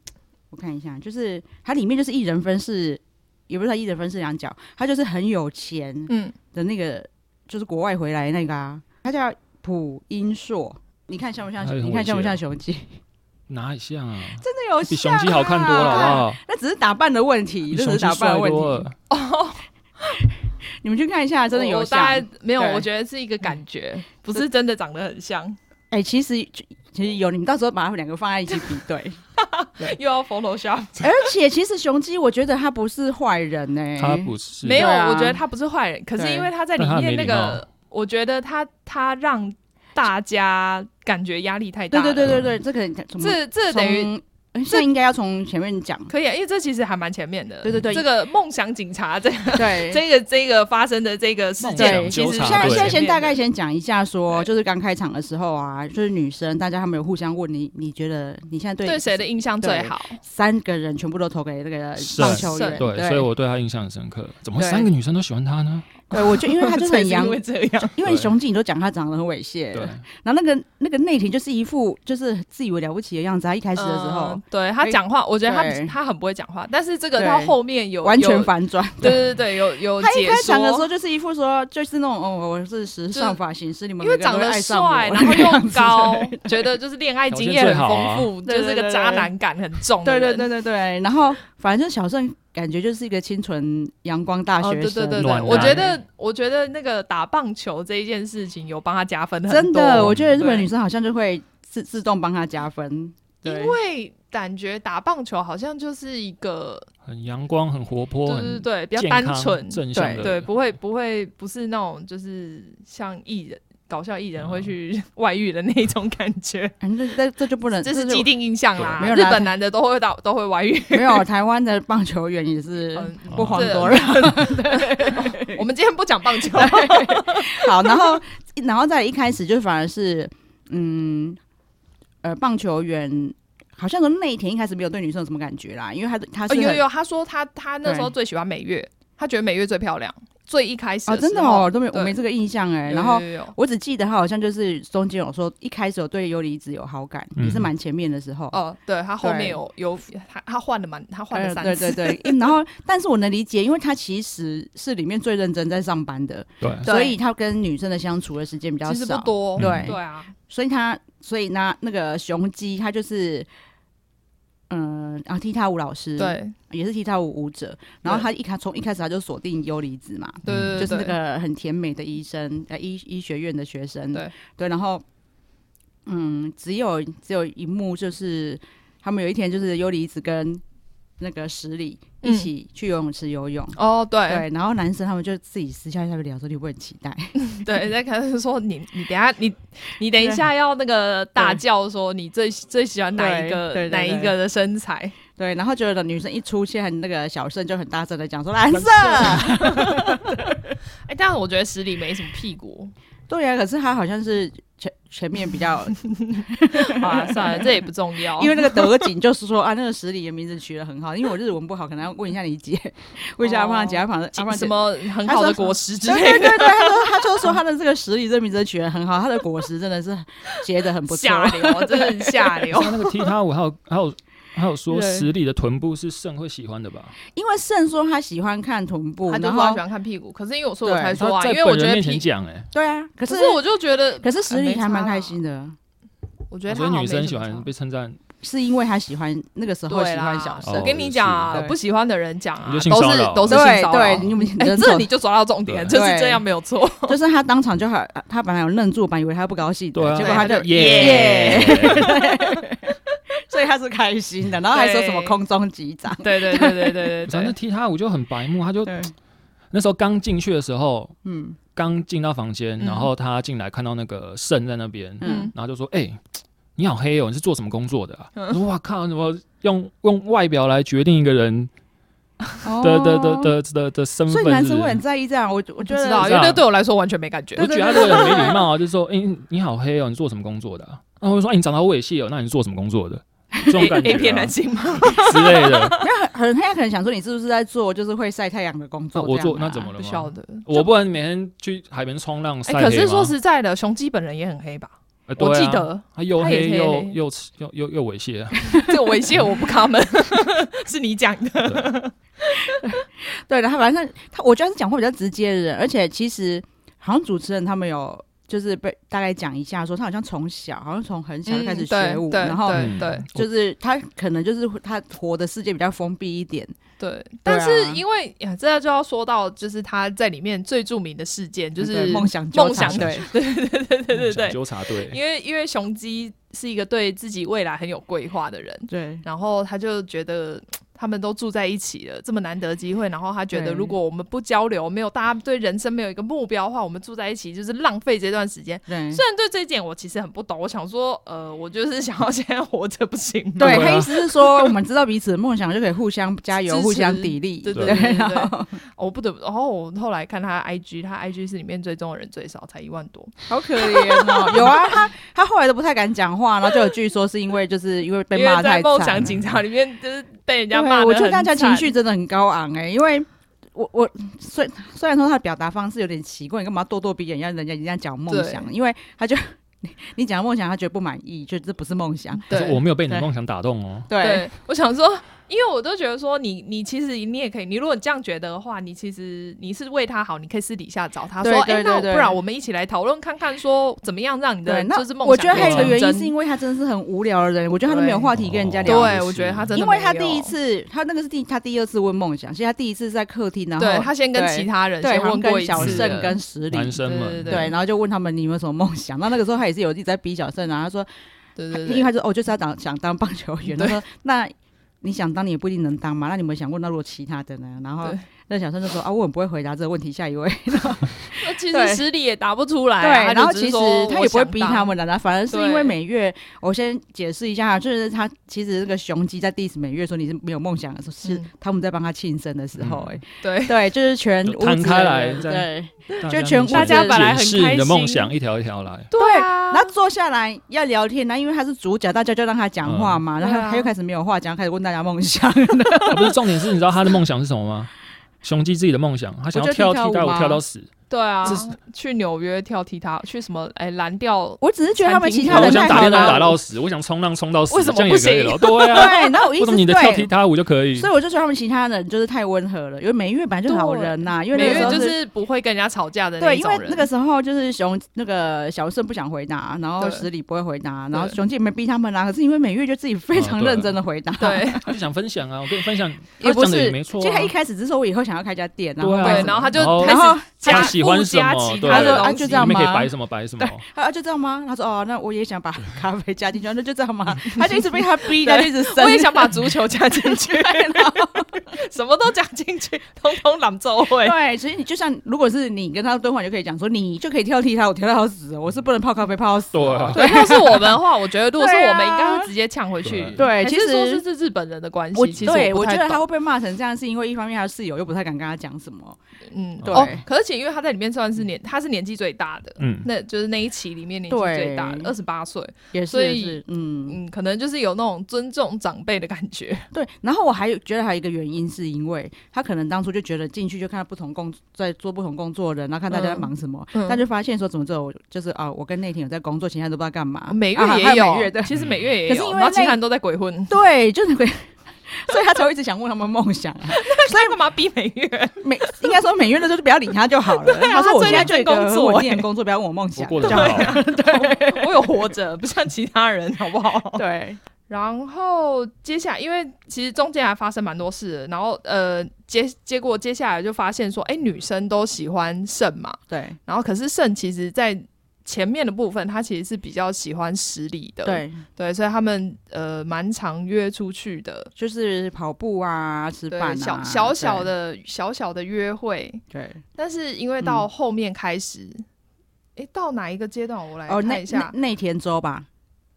Speaker 3: 我看一下，就是它里面就是一人分饰，也不是他一人分饰两角，他就是很有钱
Speaker 1: 嗯，
Speaker 3: 的那个，就是国外回来那个啊，他叫朴英硕。你看像不像
Speaker 2: 他也？很
Speaker 3: 你看像不
Speaker 2: 猥亵
Speaker 3: 像
Speaker 2: 哦
Speaker 3: 雄鸡？
Speaker 2: 哪里像啊？
Speaker 3: 真的有
Speaker 2: 比
Speaker 3: 像、啊，
Speaker 2: 雄鸡好看多了，好不好？
Speaker 3: 那只是打扮的问题，这
Speaker 2: 比
Speaker 3: 只
Speaker 2: 雄
Speaker 3: 是
Speaker 2: 鸡
Speaker 3: 打扮
Speaker 2: 帅
Speaker 3: 的问
Speaker 2: 多
Speaker 3: 题。
Speaker 2: 了，
Speaker 3: 你们去看一下，真的
Speaker 1: 我
Speaker 3: 有
Speaker 1: 我
Speaker 3: 像。
Speaker 1: 大概没有，
Speaker 3: 对嗯
Speaker 1: 我觉得是一个感觉，不是真的长得很 像，
Speaker 3: 哎、其实就其实有，你们到时候把他们两个放在一起比 对。
Speaker 1: 又要 Photoshop。
Speaker 3: 而且其实雄鸡，我觉得他不是坏人呢、
Speaker 2: 他不是
Speaker 1: 嗯没有，
Speaker 3: 对啊
Speaker 1: 我觉得他不是坏人，可是
Speaker 3: 对
Speaker 1: 因为他在里
Speaker 2: 但他
Speaker 1: 面
Speaker 2: 没
Speaker 1: 那
Speaker 2: 礼
Speaker 1: 个，我觉得他他让大家感觉压力太大
Speaker 3: 对
Speaker 1: 了。
Speaker 3: 对对对对，这
Speaker 2: 嗯
Speaker 3: 个从
Speaker 1: 这这等于。
Speaker 3: 从哎这应该要从前面
Speaker 1: 。
Speaker 3: 讲
Speaker 1: 可以啊，因为这其实还蛮前面的。
Speaker 3: 对对对
Speaker 1: 这个梦想警察这
Speaker 3: 对，
Speaker 1: 这个这个发生的这个事件，
Speaker 3: 对
Speaker 1: 其实
Speaker 2: 现
Speaker 3: 现在
Speaker 2: 对
Speaker 3: 现在先大概
Speaker 1: 先
Speaker 3: 先讲一下说
Speaker 1: 对
Speaker 3: 就是刚开场的时候啊，就是女生大家他们有互相问你，你觉得你现在对
Speaker 1: 对谁的印象最好？
Speaker 3: 三个人全部都投给那个
Speaker 2: 是
Speaker 3: 棒球员，
Speaker 1: 是
Speaker 2: 对，所以我对他印象很深刻。怎么
Speaker 3: 对
Speaker 2: 三个女生都喜欢他呢？
Speaker 3: 对我就因为他就是
Speaker 1: 所以
Speaker 3: 很
Speaker 1: 是
Speaker 3: 阳
Speaker 1: 因，为 这样，
Speaker 3: 因为雄鸡你都讲他长得很猥亵，
Speaker 2: 对，
Speaker 3: 然后那个那个内廷就是一副就是自以为了不起的样子，他一开始的时候
Speaker 1: 嗯，对他讲话，我觉得
Speaker 3: 对
Speaker 1: 他他很不会讲话，但是这个
Speaker 3: 对
Speaker 1: 到后面有
Speaker 3: 完全
Speaker 1: 有
Speaker 3: 反转。
Speaker 1: 对对对，有有
Speaker 3: 他一
Speaker 1: 解
Speaker 3: 开场的时
Speaker 1: 说，
Speaker 3: 候就是一副说，就是那种哦，我是时尚发型师，你们
Speaker 1: 因为
Speaker 3: 每个人
Speaker 1: 长
Speaker 3: 都
Speaker 1: 得
Speaker 3: 会爱上我
Speaker 1: 帅，然后又，
Speaker 3: 那
Speaker 1: 高
Speaker 3: 个样子，
Speaker 1: 觉得就是恋爱经验很丰富，
Speaker 3: 条件最好啊
Speaker 1: 就是个渣男感很重的
Speaker 3: 对
Speaker 1: 人。
Speaker 3: 对对对对。然后反正小盛感觉就是一个清纯阳光大
Speaker 1: 哦，
Speaker 3: 学
Speaker 1: 对
Speaker 3: 生，
Speaker 1: 对对对，
Speaker 2: 暖
Speaker 1: 我
Speaker 2: 男
Speaker 1: 觉得我觉得那个打棒球这一件事情有帮他加分很多，
Speaker 3: 真的，我觉得日本
Speaker 1: 对
Speaker 3: 女生好像就会自自动帮他加分，对
Speaker 1: 因为感觉打棒球好像就是一个，
Speaker 2: 很阳光，很活泼，
Speaker 1: 对对
Speaker 2: 很
Speaker 1: 对，比较
Speaker 2: 健
Speaker 1: 单
Speaker 2: 康
Speaker 1: 纯，
Speaker 2: 正向的，
Speaker 1: 对，不会不会不是那种就是像艺人搞笑艺人
Speaker 3: 嗯
Speaker 1: 会去 外遇的那种感觉，
Speaker 3: 反正这这就不能，
Speaker 1: 这是
Speaker 3: 就
Speaker 1: 既定印象啦。
Speaker 3: 对没有
Speaker 1: 日
Speaker 3: 啦
Speaker 1: 本男的都会到都会 外遇，
Speaker 3: 没有台湾的棒球员也是
Speaker 1: 嗯，
Speaker 2: 哦
Speaker 3: 不遑
Speaker 1: 这
Speaker 3: 多让。
Speaker 1: 我们今天不讲棒球，
Speaker 3: 好，然后然后再一开始就反而是嗯呃棒球员。好像从那一天一开始没有对女生有什么感觉啦，因为他他
Speaker 1: 哦
Speaker 3: 是
Speaker 1: 有
Speaker 3: 很、
Speaker 1: 有，他说他他那时候
Speaker 3: 对
Speaker 1: 最喜欢美月，他觉得美月最漂亮。最一开始
Speaker 3: 啊，真的
Speaker 1: 时候
Speaker 3: 哦，都没有我
Speaker 1: 对
Speaker 3: 没这个印象哎。
Speaker 1: 有
Speaker 3: 然后
Speaker 1: 有有有
Speaker 3: 我只记得他好像就是中间有说一开始有对游离子有好感，
Speaker 2: 嗯
Speaker 3: 也是蛮前面的时候。
Speaker 1: 哦，对他后
Speaker 3: 对
Speaker 1: 面有有他他换了蛮他换
Speaker 3: 哎
Speaker 1: 了
Speaker 3: 呦
Speaker 1: 三
Speaker 3: 对
Speaker 1: 次，
Speaker 3: 对对， 嗯然后但是我能理解，因为他其实是里面最认真在上班的，
Speaker 2: 对，
Speaker 1: 对
Speaker 3: 所以他跟女生的相处的时间比较
Speaker 1: 其实
Speaker 3: 少
Speaker 1: 不，多，
Speaker 2: 对
Speaker 1: 对啊，
Speaker 3: 所以他所以那那个雄鸡他就是，嗯、啊踢踏舞老师，，
Speaker 1: 对
Speaker 3: 也是踢踏舞舞者，然后他一开从一开始他就锁定优离子嘛，
Speaker 1: 对
Speaker 2: 嗯
Speaker 1: 对，
Speaker 3: 就是那
Speaker 1: 对
Speaker 3: 个很甜美的医生，呃，医医学院的学生，
Speaker 1: 对
Speaker 3: 然后，嗯，只有只有一幕就是他们有一天就是优离子跟那个十里一
Speaker 1: 嗯
Speaker 3: 起去游泳池游泳。
Speaker 1: 哦，对
Speaker 3: 对，然后男生他们就自己私下下面聊说，你会不会很期待？
Speaker 1: 对，那可能说你你等一下你你等一下要那个大叫说你最最喜欢哪一
Speaker 3: 对对对
Speaker 1: 个
Speaker 3: 对
Speaker 1: 哪一个的身材，
Speaker 3: 对，然后觉得女生一出现，那个小胜就很大声的讲说，蓝色。
Speaker 1: 哎，但我觉得十里没什么屁 股，
Speaker 3: 对呀、可是他好像是前前面比 较，
Speaker 1: 好啊，算了，这也不重要，
Speaker 3: 因为那个德景就是说啊，那个十里的名字取得很好，因为我日文不好，可能要问一下你姐， 问一下阿
Speaker 1: 哦
Speaker 3: 胖姐，阿胖阿胖姐
Speaker 1: 什么很好的果实之
Speaker 3: 对
Speaker 1: 类
Speaker 3: 对
Speaker 1: 的，
Speaker 3: 对对，他说他就说他的这个实力这名字取得很好，他的果实真的是结得很不错。
Speaker 1: 下流，真的很下 流。
Speaker 2: 像那个踢踏舞，还有还有还有说
Speaker 3: 对
Speaker 2: 十里的臀部是肾会喜欢的吧？
Speaker 3: 因为胜说他喜欢看臀部，
Speaker 1: 他就
Speaker 3: 然
Speaker 1: 不太
Speaker 3: 后
Speaker 1: 喜欢看屁股，可是因为我说我
Speaker 3: 对
Speaker 1: 才说
Speaker 2: 他
Speaker 1: 啊，
Speaker 2: 在
Speaker 1: 因为
Speaker 2: 本
Speaker 1: 我觉
Speaker 2: 人
Speaker 1: 得
Speaker 2: 面前
Speaker 1: 屁，
Speaker 2: 讲，哎，
Speaker 3: 对啊，可
Speaker 1: 可
Speaker 3: 是
Speaker 1: 是我就哎觉得，
Speaker 3: 可是实力还蛮开
Speaker 1: 的，
Speaker 3: 心的，
Speaker 1: 我觉得
Speaker 2: 我觉
Speaker 1: 他
Speaker 2: 得
Speaker 1: 好像没
Speaker 2: 啊女生
Speaker 1: 什
Speaker 2: 喜
Speaker 1: 么
Speaker 2: 欢
Speaker 1: 差
Speaker 2: 被称赞，
Speaker 3: 是因为他喜欢那个时候
Speaker 1: 对
Speaker 3: 喜
Speaker 1: 啦
Speaker 3: 欢小
Speaker 2: 哦
Speaker 1: 我
Speaker 3: 胜。
Speaker 1: 跟你讲啊
Speaker 3: 也，是
Speaker 1: 不喜欢的人讲啊
Speaker 2: 你就，性
Speaker 1: 都
Speaker 2: 骚
Speaker 1: 是
Speaker 2: 扰
Speaker 1: 都是性
Speaker 3: 对
Speaker 1: 骚扰。
Speaker 3: 对，你们你
Speaker 1: 哎，
Speaker 3: 真
Speaker 1: 这
Speaker 3: 丑
Speaker 1: 你就抓到重点，
Speaker 2: 对
Speaker 1: 就是这样没有错。
Speaker 3: 就是他当场就很，他本来有愣住吧，以为他不高兴的，
Speaker 2: 对啊
Speaker 3: 结果他就
Speaker 1: 哎对他就耶，
Speaker 3: 所以他是开心的，然后还说什么
Speaker 1: 对
Speaker 3: 空中击掌，
Speaker 1: 对对对对对对
Speaker 2: 反正
Speaker 1: 对，
Speaker 2: 踢踏舞就很白目，他就
Speaker 3: 对，
Speaker 2: 那时候刚进去的时候，
Speaker 3: 嗯
Speaker 2: 刚进到房间，
Speaker 1: 嗯
Speaker 2: 然后他进来看到那个肾在那边，
Speaker 3: 嗯
Speaker 1: 嗯，
Speaker 2: 然后就说：“哎、你好黑哦，你是做什么工作的、啊？”
Speaker 3: 嗯
Speaker 2: 我说：“哇靠，怎么用用外表来决定一个人的的的
Speaker 3: 哦，
Speaker 2: 的的的身
Speaker 3: 所
Speaker 2: 份？”
Speaker 3: 以男生会
Speaker 2: 是
Speaker 3: 很
Speaker 2: 不是
Speaker 3: 在意这样，我我
Speaker 1: 不
Speaker 3: 觉
Speaker 1: 知
Speaker 3: 得
Speaker 1: 道，因为那对我来说完全没感觉。
Speaker 3: 对
Speaker 2: 我觉得他这个人没礼貌啊，就说：“哎、你好黑哦，你做什么工作的、啊？”然后我说：“哎、你长到我也细哦，那你是做什么工作的？”这种感觉、
Speaker 1: A
Speaker 2: 啊、
Speaker 1: 片男性吗？
Speaker 2: 之类的。
Speaker 3: 很他可能想说你是不是在做就是会晒太阳的工
Speaker 2: 那
Speaker 3: 作、
Speaker 2: 我做
Speaker 3: 这样啊
Speaker 2: 那怎么了
Speaker 1: 不晓
Speaker 2: 吗？
Speaker 1: 得。
Speaker 2: 我不能每天去海边冲浪晒
Speaker 1: 哎，
Speaker 2: 黑
Speaker 1: 可是
Speaker 2: 吗
Speaker 1: 说实在的，雄鸡本人也很黑吧？
Speaker 2: 呃对
Speaker 1: 我
Speaker 2: 啊
Speaker 1: 记得
Speaker 2: 他又
Speaker 1: 他也
Speaker 2: 黑
Speaker 1: 黑
Speaker 2: 又又又又又猥亵啊，
Speaker 1: 这个猥亵我不 common，是你讲的。
Speaker 3: 对然后反正他我觉得他是讲话比较直接的人，而且其实好像主持人他们有就是被大概讲一下说他好像从小好像从很小就开始学舞，
Speaker 1: 嗯对
Speaker 3: 然后
Speaker 1: 对
Speaker 2: 嗯
Speaker 1: 对
Speaker 3: 就是他可能就是他活的世界比较封闭一点，
Speaker 1: 对，
Speaker 3: 对啊
Speaker 1: 但是因为呀，这就要说到就是他在里面最著名的事件，就
Speaker 3: 对
Speaker 1: 是
Speaker 3: 梦想纠
Speaker 1: 梦
Speaker 3: 缠
Speaker 1: 想
Speaker 3: 对，
Speaker 1: 对 对对
Speaker 2: 想
Speaker 1: 对，
Speaker 2: 纠察队。
Speaker 1: 因为因为雄鸡是一个对自己未来很有规划的人，
Speaker 3: 对
Speaker 1: 然后他就觉得。他们都住在一起了，这么难得机会，然后他觉得
Speaker 3: 对
Speaker 1: 如果我们不交流，没有大家对人生没有一个目标的话，我们住在一起就是浪费这段时间。
Speaker 3: 对
Speaker 1: 虽然对这一点我其实很不懂，我想说，呃，我就是想要现在活着不行吗？
Speaker 3: 对，
Speaker 2: 对
Speaker 3: 他
Speaker 2: 啊
Speaker 3: 意思是说我们知道彼此的梦想就可以互相加油、
Speaker 1: 支持
Speaker 3: 互相砥砺，
Speaker 1: 对
Speaker 2: 对
Speaker 1: 对对对
Speaker 3: 然后
Speaker 1: 我不得不，然后我后来看他 IG，他 IG 是里面追踪的人最少，才一万多。
Speaker 3: 好可怜 哦，有啊，他他后来都不太敢讲话，然后就有据说是因为就是因为被
Speaker 1: 因
Speaker 3: 骂
Speaker 1: 为
Speaker 3: 太
Speaker 1: 在
Speaker 3: 惨
Speaker 1: 梦
Speaker 3: 了
Speaker 1: 想警察里 面，就是被人家
Speaker 3: 对
Speaker 1: 骂得
Speaker 3: 我觉得
Speaker 1: 很
Speaker 3: 大家情
Speaker 1: 惨
Speaker 3: 绪真的很高昂哎、因为我我虽虽然说他的表达方式有点奇怪，你干嘛咄咄逼人，让人家人家讲梦想？因为他就 你你讲梦想，他觉得不满意，觉得这不是梦想。
Speaker 2: 可
Speaker 1: 对
Speaker 2: 是我没有被你的
Speaker 3: 对
Speaker 2: 梦想打动哦。
Speaker 3: 对
Speaker 1: 对，我想说，因为我都觉得说你，你其实你也可以，你如果这样觉得的话，你其实你是为他好，你可以私底下找他说，
Speaker 3: 对
Speaker 1: 哎、
Speaker 3: 对
Speaker 1: 那我
Speaker 3: 对对
Speaker 1: 不然我们一起来讨论看看，说怎么样让你的
Speaker 3: 对，那
Speaker 1: 就是梦想
Speaker 3: 我觉得还有一个
Speaker 1: 变
Speaker 3: 原因
Speaker 1: 成
Speaker 3: 是
Speaker 1: 真
Speaker 3: 因为他真的是很无聊的人，我觉得他都没有话题跟人家
Speaker 2: 对
Speaker 3: 聊。
Speaker 1: 对，我觉得他真的，
Speaker 3: 因为他第一。次，他那个是第他第二次问梦想，其实他第一次是在客厅，然后
Speaker 1: 对他先跟
Speaker 3: 对
Speaker 1: 其他人
Speaker 3: 对，
Speaker 1: 先
Speaker 3: 好像
Speaker 1: 问过
Speaker 3: 跟
Speaker 1: 一
Speaker 3: 小
Speaker 1: 次
Speaker 2: 胜
Speaker 3: 盛
Speaker 1: 了，
Speaker 3: 跟石
Speaker 2: 男
Speaker 3: 林，
Speaker 2: 生
Speaker 1: 对
Speaker 2: 们，
Speaker 1: 对
Speaker 3: 对，然后就问他们你有没有什么梦想？那那个时候他也是有一直在逼小胜啊，他说
Speaker 1: 对对
Speaker 3: 因为
Speaker 1: 对，
Speaker 3: 他说哦，就是要当想当棒球员。他
Speaker 1: 对
Speaker 3: 说那你想当你也不一定能当嘛，那你有没有想过那如果其他的呢？然后
Speaker 1: 对
Speaker 3: 那小生就说啊，我很不会回答这个问题，下一位。
Speaker 1: 那其
Speaker 3: 对
Speaker 1: 实实力也答不出来啊、
Speaker 3: 对，
Speaker 1: 他
Speaker 3: 然
Speaker 1: 就
Speaker 3: 后
Speaker 1: 只
Speaker 3: 其
Speaker 1: 是
Speaker 3: 实
Speaker 1: 说
Speaker 3: 他
Speaker 1: 我
Speaker 3: 也不会
Speaker 1: 想
Speaker 3: 逼
Speaker 1: 当
Speaker 3: 他们的，反而是因为
Speaker 1: 对
Speaker 3: 每月，我先解释一下，就是他其实那个雄鸡在 diss 每月说你是没有梦想的时候，是
Speaker 1: 嗯
Speaker 3: 他们在帮他庆生的时候，哎，
Speaker 1: 对，
Speaker 3: 对，就是全
Speaker 2: 嗯就
Speaker 3: 屋
Speaker 2: 摊
Speaker 3: 子
Speaker 2: 开
Speaker 3: 的
Speaker 2: 来
Speaker 3: 人
Speaker 2: 在
Speaker 3: 对。
Speaker 2: 家
Speaker 3: 全
Speaker 2: 面
Speaker 1: 大家
Speaker 2: 前
Speaker 1: 本来很
Speaker 2: 解释
Speaker 1: 开
Speaker 2: 你的梦
Speaker 1: 心
Speaker 2: 想一条一条来，
Speaker 1: 对啊，
Speaker 3: 然后坐下来要聊天，那因为他是主角，大家就让他讲话嘛，然后
Speaker 1: 对啊
Speaker 3: 他又开始没有话讲，开始问大家梦想。
Speaker 2: 啊不是重点是，你知道他的梦想是什么吗？雄鸡自己的梦想，他想要
Speaker 3: 我觉
Speaker 2: 跳
Speaker 3: 得
Speaker 2: 踢
Speaker 3: 踢踏舞
Speaker 2: 踏舞
Speaker 3: 吗
Speaker 2: 跳到死，
Speaker 1: 对啊
Speaker 2: 这是，
Speaker 1: 去纽约跳踢踏，去什么哎蓝调
Speaker 3: 我只是觉得他们其
Speaker 1: 你
Speaker 3: 他
Speaker 1: 看
Speaker 2: 我
Speaker 3: 人
Speaker 2: 想
Speaker 3: 太
Speaker 2: 打
Speaker 3: 好
Speaker 2: 电动打
Speaker 3: 了。
Speaker 2: 到死，我想冲浪冲到死，
Speaker 1: 为什么哎
Speaker 2: 这样也可以了？对啊，
Speaker 3: 对，然后我一
Speaker 2: 为
Speaker 3: 直
Speaker 2: 什么你的跳踢
Speaker 3: 对，
Speaker 2: 踏舞就可以
Speaker 3: 所？以我就觉得他们其他人就是太温和了，因为美月本来就好人呐、因为
Speaker 1: 美
Speaker 3: 那个时
Speaker 1: 月
Speaker 3: 候。
Speaker 1: 就是是不会跟人家吵架的那
Speaker 3: 对，
Speaker 1: 一
Speaker 3: 因
Speaker 1: 种
Speaker 3: 为
Speaker 1: 人。
Speaker 3: 那个时候就是熊那个小顺不想回答，然后
Speaker 1: 对
Speaker 3: 十里不会回答，然后
Speaker 1: 对
Speaker 3: 熊姐没逼他们啊啦、可是因为美月就自己非
Speaker 2: 哦
Speaker 3: 常
Speaker 2: 对
Speaker 3: 认真的回答，
Speaker 1: 对
Speaker 2: 他就想分享啊，我跟你分享，
Speaker 3: 也
Speaker 2: 他
Speaker 3: 不
Speaker 2: 讲的
Speaker 3: 是
Speaker 2: 也没错
Speaker 3: 其实
Speaker 2: 啊
Speaker 3: 他一。开始只是说我以后想要开家店，然后
Speaker 2: 对啊
Speaker 1: 对，然后他就
Speaker 2: 然后
Speaker 1: 开
Speaker 3: 然后
Speaker 1: 始
Speaker 2: 他
Speaker 1: 加
Speaker 2: 喜欢什
Speaker 1: 附加
Speaker 2: 么？
Speaker 1: 其
Speaker 2: 对，
Speaker 1: 他的
Speaker 3: 他说啊
Speaker 1: 东
Speaker 3: 就
Speaker 1: 西
Speaker 3: 这。样
Speaker 2: 里面可以
Speaker 3: 吗
Speaker 2: 摆什么摆什么。
Speaker 3: 他啊就这样吗？他说哦，那我也想把咖啡加进去，哦那就这样 吗？他就一直被他逼，他就一直生，
Speaker 1: 我也想把足球加进 去，什么都加进去，通通朗奏会。
Speaker 3: 对，所以你就像如果是你跟他对话，你就可以讲说，你就可以跳踢他，我跳到死，我是不能泡咖啡泡到死。
Speaker 2: 对啊，
Speaker 1: 对，要是我们的话，我觉得如果是
Speaker 3: 对啊
Speaker 1: 我们，应该会直接呛回去。
Speaker 2: 对
Speaker 1: 还
Speaker 3: 对，
Speaker 1: 是
Speaker 3: 其
Speaker 1: 说这
Speaker 3: 实
Speaker 1: 是日本人的关
Speaker 3: 我
Speaker 1: 系，其实
Speaker 3: 对
Speaker 1: 不
Speaker 3: 我
Speaker 1: 太
Speaker 3: 觉得他
Speaker 1: 懂
Speaker 3: 会被骂成这样，是因为一方面他的室友又不太敢跟他讲什么，
Speaker 1: 嗯
Speaker 3: 对
Speaker 1: 哦，可是因为他在里面算是年，他是年纪最大的，
Speaker 2: 嗯，
Speaker 1: 那就是那一期里面年纪
Speaker 3: 对
Speaker 1: 最大的，二十八岁，
Speaker 3: 也是
Speaker 1: 所
Speaker 3: 也
Speaker 1: 以
Speaker 3: 是嗯
Speaker 1: 嗯，可能就是有那种尊重长辈的感觉，
Speaker 3: 对。然后我还有觉得还有一个原因，是因为他可能当初就觉得进去就看到不同工在做不同工作的人，然后看大家在
Speaker 1: 嗯
Speaker 3: 忙什么，
Speaker 1: 嗯
Speaker 3: 他就发现说怎么只有我就是啊，我跟内廷有在工作，其他人都不知道干嘛。
Speaker 1: 每
Speaker 3: 啊
Speaker 1: 哦月
Speaker 3: 还
Speaker 1: 也
Speaker 3: 有
Speaker 1: 有，
Speaker 3: 每月对
Speaker 1: 其实每月也有，
Speaker 3: 可是因为
Speaker 1: 然后其
Speaker 3: 那
Speaker 1: 他人都在鬼 混，
Speaker 3: 对，就是 会，所以他才会一直想问他们梦想啊。
Speaker 1: 所以干嘛逼每月？
Speaker 3: 美应该说美月的就是不要理他就好了。他说我现在就有一个
Speaker 1: 啊
Speaker 3: 很
Speaker 1: 他最认真工作
Speaker 3: 稳定的工作，不要问我梦
Speaker 2: 我
Speaker 3: 想
Speaker 2: 过得
Speaker 3: 就
Speaker 2: 很
Speaker 3: 好了。
Speaker 2: 好。啊
Speaker 1: 我有活着，不像其他人，好不好？
Speaker 3: 对，
Speaker 1: 然后接下来，因为其实中间还发生蛮多事的，然后呃，接结果接下来就发现说，哎，女生都喜欢肾嘛，
Speaker 3: 对
Speaker 1: 然后可是肾其实在前面的部分，他其实是比较喜欢实力的，
Speaker 3: 对，
Speaker 1: 对，所以他们呃蛮常约出去的，
Speaker 3: 就是跑步啊，吃
Speaker 1: 对，
Speaker 3: 饭啊，
Speaker 1: 小小小
Speaker 3: 对，
Speaker 1: 的小小的约会，
Speaker 3: 对，
Speaker 1: 但是因为
Speaker 3: 嗯
Speaker 1: 到后面开始，诶，到哪一个阶段？我来
Speaker 3: 哦，
Speaker 1: 看
Speaker 3: 那
Speaker 1: 一下
Speaker 3: 那。内田周吧，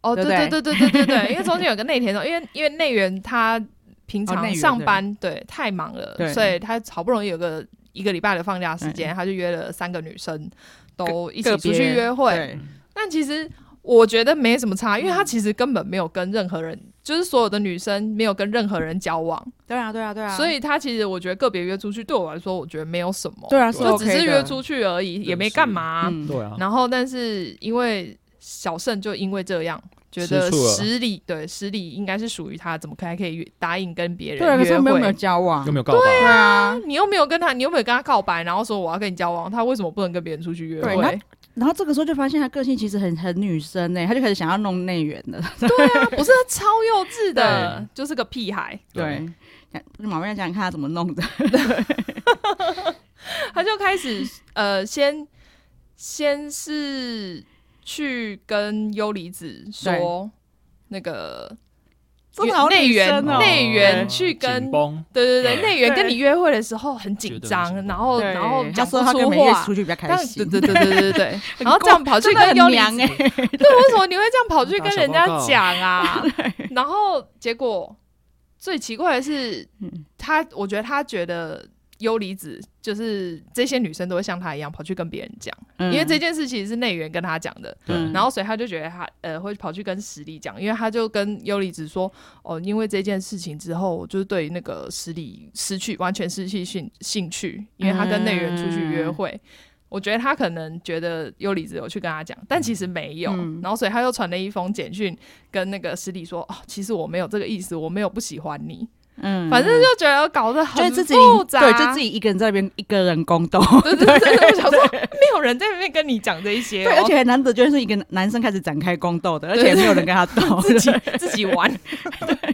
Speaker 1: 哦，
Speaker 3: 对
Speaker 1: 对
Speaker 3: 不
Speaker 1: 对
Speaker 3: 对
Speaker 1: 对对对对对，因为中间有个内田总，因为因为内园他平
Speaker 3: 哦内
Speaker 1: 常
Speaker 3: 园
Speaker 1: 上班、对太忙了，
Speaker 3: 对
Speaker 1: 所以他好不容易有个一个礼拜的放假时间，
Speaker 3: 对
Speaker 1: 他就约了三个女生都一起
Speaker 3: 个
Speaker 1: 出
Speaker 3: 别
Speaker 1: 去约会。
Speaker 3: 对嗯
Speaker 1: 但其实我觉得没什么差，因为他其实根本没有跟任何人，就是所有的女生没有跟任何人交往，
Speaker 3: 对啊，对啊，对啊，
Speaker 1: 所以他其实我觉得个别约出去对我来说，我觉得没有什么，
Speaker 3: 对啊，
Speaker 1: 就
Speaker 3: OK
Speaker 1: 只是
Speaker 3: 的
Speaker 1: 约，出去而已，也没干嘛啊、
Speaker 3: 嗯，
Speaker 2: 对啊，
Speaker 1: 然后，但是因为小胜就因为这样，觉得
Speaker 2: 吃醋了
Speaker 1: 十里对十里应该是属于他，怎么可还可以答应跟别人
Speaker 3: 对啊，可是
Speaker 1: 约
Speaker 3: 他们有没有
Speaker 1: 会？
Speaker 3: 交往
Speaker 2: 有？没有告白？
Speaker 3: 对啊，
Speaker 1: 你又没有跟他，你又没有跟他告白，然后说我要跟你交往，他为什么不能跟别人出去约
Speaker 3: 对
Speaker 1: 会
Speaker 3: 那？然后这个时候就发现他个性其实很很女生欸呢，他就开始想要弄内援了。
Speaker 1: 他不是他超幼稚的，就是个屁孩，
Speaker 2: 啊
Speaker 3: 对，想马上想想看他怎么弄的。
Speaker 1: 他就开始呃，先先是去跟优离子说那个
Speaker 3: 真的好
Speaker 1: 内
Speaker 3: 女
Speaker 1: 援
Speaker 3: 生哦
Speaker 1: 内援
Speaker 2: 对
Speaker 1: 去跟
Speaker 2: 紧绷，
Speaker 1: 对对对，
Speaker 2: 对
Speaker 1: 内员跟
Speaker 3: 对
Speaker 1: 你约会的时候很紧
Speaker 2: 觉得很
Speaker 1: 张，
Speaker 2: 紧
Speaker 1: 然
Speaker 2: 张
Speaker 1: 后
Speaker 3: 对
Speaker 1: 哦然后
Speaker 3: 他
Speaker 1: 讲不
Speaker 3: 说他跟
Speaker 1: 出
Speaker 3: 美月
Speaker 1: 话
Speaker 3: 出，去比较开
Speaker 1: 但
Speaker 3: 心。
Speaker 1: 对对对对 对对对，然后
Speaker 3: 很
Speaker 1: 这样跑去跟
Speaker 3: 真的
Speaker 1: 优
Speaker 3: 很
Speaker 1: 里
Speaker 3: 娘
Speaker 1: 子，
Speaker 3: 哎，
Speaker 1: 对， 为什么你会这样跑去跟人家
Speaker 2: 打小报告
Speaker 1: 讲啊？然后结果最奇怪的是
Speaker 3: 嗯，
Speaker 1: 他我觉得他觉得。优离子就是这些女生都会像他一样跑去跟别人讲，因为这件事其实是内援跟他讲的，
Speaker 2: 对
Speaker 3: 嗯
Speaker 1: 然后所以他就觉得他呃会跑去跟十里讲，因为他就跟优里子说，哦，因为这件事情之后，我就是对那个十里失去完全失去兴兴趣，因为他跟内人出去约会。
Speaker 3: 嗯
Speaker 1: 我觉得他可能觉得优里子有去跟他讲，但其实没有。
Speaker 3: 嗯
Speaker 1: 然后，所以他又传了一封简讯跟那个十里说：“哦，其实我没有这个意思，我没有不喜欢你。
Speaker 3: 嗯
Speaker 1: 反正就觉得搞得
Speaker 3: 就
Speaker 1: 很
Speaker 3: 是自己
Speaker 1: 复杂，
Speaker 3: 对，就自己一个人在那边一个人宫斗。
Speaker 1: 对对 对对，我想说没有人在那边跟你讲这一些、哦，
Speaker 3: 对，而且很难得就是一个男生开始展开宫斗的，而
Speaker 1: 对
Speaker 3: 且也没有人跟他斗。
Speaker 1: 自己自己玩。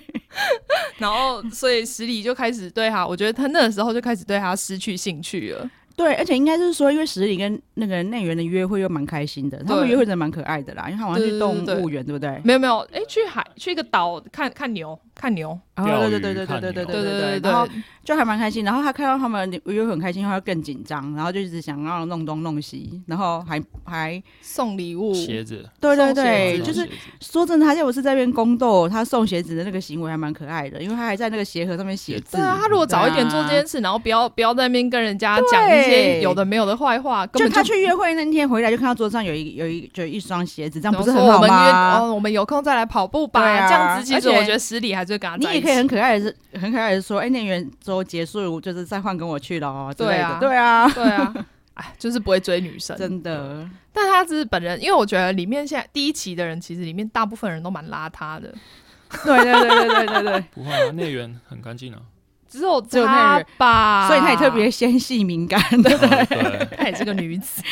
Speaker 1: 然后，所以十里就开始对他，我觉得他那个时候就开始对他失去兴趣了。
Speaker 3: 对，而且应该是说，因为十里跟那个内园的约会又蛮开心的，他们
Speaker 1: 对
Speaker 3: 约会真的蛮可爱的啦，因为他们好像去
Speaker 1: 对对
Speaker 3: 动
Speaker 1: 对对
Speaker 3: 物园，对不对？
Speaker 1: 没有没有，哎、去海去一个岛看看牛，看牛，
Speaker 3: 哦
Speaker 2: 钓
Speaker 3: 对对
Speaker 2: 鱼
Speaker 3: 对对
Speaker 2: 看
Speaker 3: 对对
Speaker 2: 鸟
Speaker 1: 对对
Speaker 3: 对然后就还蛮开心。然后他看到他们约会很开心，他更紧张，然后就一直想要弄东弄西，然后还还
Speaker 1: 送礼物，
Speaker 2: 鞋子，
Speaker 3: 对对
Speaker 1: 送鞋
Speaker 3: 对，
Speaker 1: 子
Speaker 3: 就是
Speaker 2: 送鞋子
Speaker 3: 说真的，他在我是在那边宫斗，他送鞋子的那个行为还蛮可爱的，因为他还在那个鞋盒上面写字啊
Speaker 1: 对。啊，他如果早一点做这件事，然后不要不要在那边跟人家讲一些
Speaker 3: 对
Speaker 1: 有的没有的坏话，根
Speaker 3: 就
Speaker 1: 本
Speaker 3: 他
Speaker 1: 就
Speaker 3: 去约会那天回来，就看到桌上有一有一就一双鞋子，这样不
Speaker 1: 然后
Speaker 3: 是
Speaker 1: 说
Speaker 3: 很好
Speaker 1: 我们约哦
Speaker 3: 吗？
Speaker 1: 哦，我们有空再来跑步吧。
Speaker 3: 对啊
Speaker 1: 这样子，其实
Speaker 3: 而且
Speaker 1: 我觉得十里还是会跟他
Speaker 3: 你
Speaker 1: 在一
Speaker 3: 也
Speaker 1: 起
Speaker 3: 可可以很可爱的是，很可爱的说，哎、那圆周结束就是再换跟我去喽，之
Speaker 1: 对
Speaker 3: 类
Speaker 1: 啊
Speaker 3: 的对啊，
Speaker 1: 对 啊，哎，就是不会追女生，
Speaker 3: 真的，
Speaker 1: 但他只是本人，因为我觉得里面现在第一期的人，其实里面大部分人都蛮邋遢的，
Speaker 3: 对对对对对对 对，
Speaker 2: 不会啊，内缘很干净啊。
Speaker 1: 只有
Speaker 3: 只有那
Speaker 1: 他
Speaker 3: 人
Speaker 1: 吧，
Speaker 3: 所以他也特别，纤细敏感的，
Speaker 2: 嗯对，
Speaker 1: 她也是个 女子，